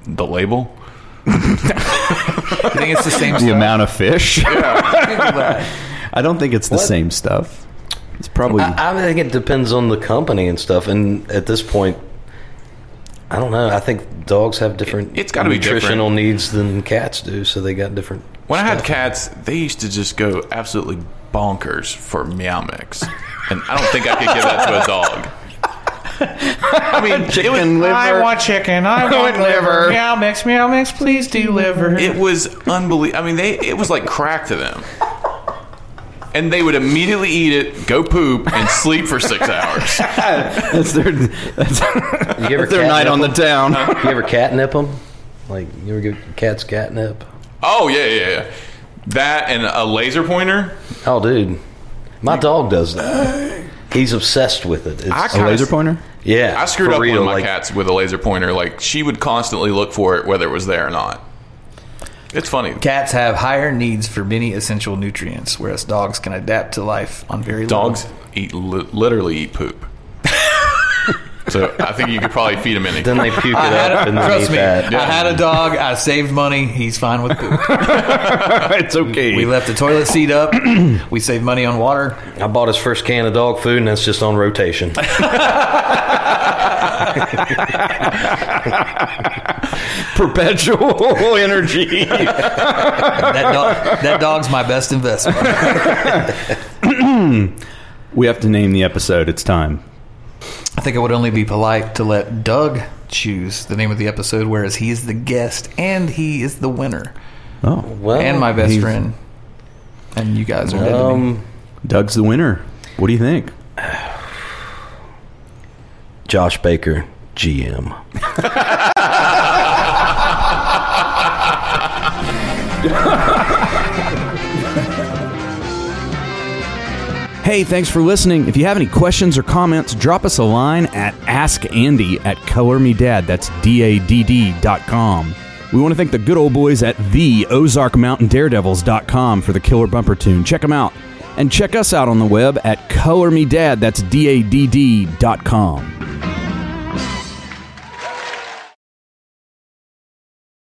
S6: The label.
S5: You think it's the same
S4: The <laughs>
S5: stuff?
S4: amount of fish.
S5: But
S4: <laughs> I don't think it's the same stuff. It's probably
S8: I, I think it depends on the company and stuff. And at this point, I don't know. I think dogs have different
S6: It- it's gotta be
S8: nutritional needs than cats do, so they got different.
S6: When I had cats, they used to just go absolutely bonkers for meow mix, and I don't think I could give that to a dog. I mean, it was,
S5: I want chicken. I want liver. Meow mix. Meow mix. Please deliver.
S6: it was unbelievable. I mean, they it was like crack to them, and they would immediately eat it, go poop, and sleep for six hours.
S4: that's their that's,
S8: You ever
S4: that's their night
S8: catnip
S4: on the
S8: them?
S4: town.
S8: You ever catnip them? Like you ever give cats catnip?
S6: Oh yeah, yeah, yeah. That and a laser pointer.
S8: Oh, dude, my dog does that. He's obsessed with it. It's,
S6: I
S4: A
S6: kinda-
S4: laser pointer.
S8: yeah,
S6: I screwed
S8: for
S6: up one
S8: real,
S6: of my
S8: like,
S6: cats with a laser pointer. Like she would constantly look for it, whether it was there or not. It's funny.
S5: Cats have higher needs for many essential nutrients, whereas dogs can adapt to life on very little.
S6: Dogs eat li- literally eat poop. <laughs> so I think you could probably feed them any.
S8: Then they puke it
S5: I had
S8: up
S5: a,
S8: and then eat
S5: trust me,
S8: that.
S5: I <laughs> had a dog. I saved money. He's fine with poop.
S4: it's okay.
S5: We left the toilet seat up. we saved money on water.
S8: I bought his first can of dog food, and that's just on rotation.
S4: perpetual energy.
S5: That, dog, that dog's my best investment.
S4: we have to name the episode. It's time.
S5: I think it would only be polite to let Doug choose the name of the episode, whereas he is the guest and he is the winner.
S4: Oh,
S8: Well,
S10: and my best
S4: he's- Oh,
S10: friend. And you guys are dead to me.
S8: um,
S4: Doug's the winner. What do you think?
S8: Josh Baker, GM.
S4: Hey, thanks for listening. If you have any questions or comments, drop us a line at askandy at colormedad. That's D-A-D-D dot com. We want to thank the good old boys at the Ozark Mountain Daredevils dot com for the killer bumper tune. Check them out. And check us out on the web at colormedad. That's D-A-D-D dot com.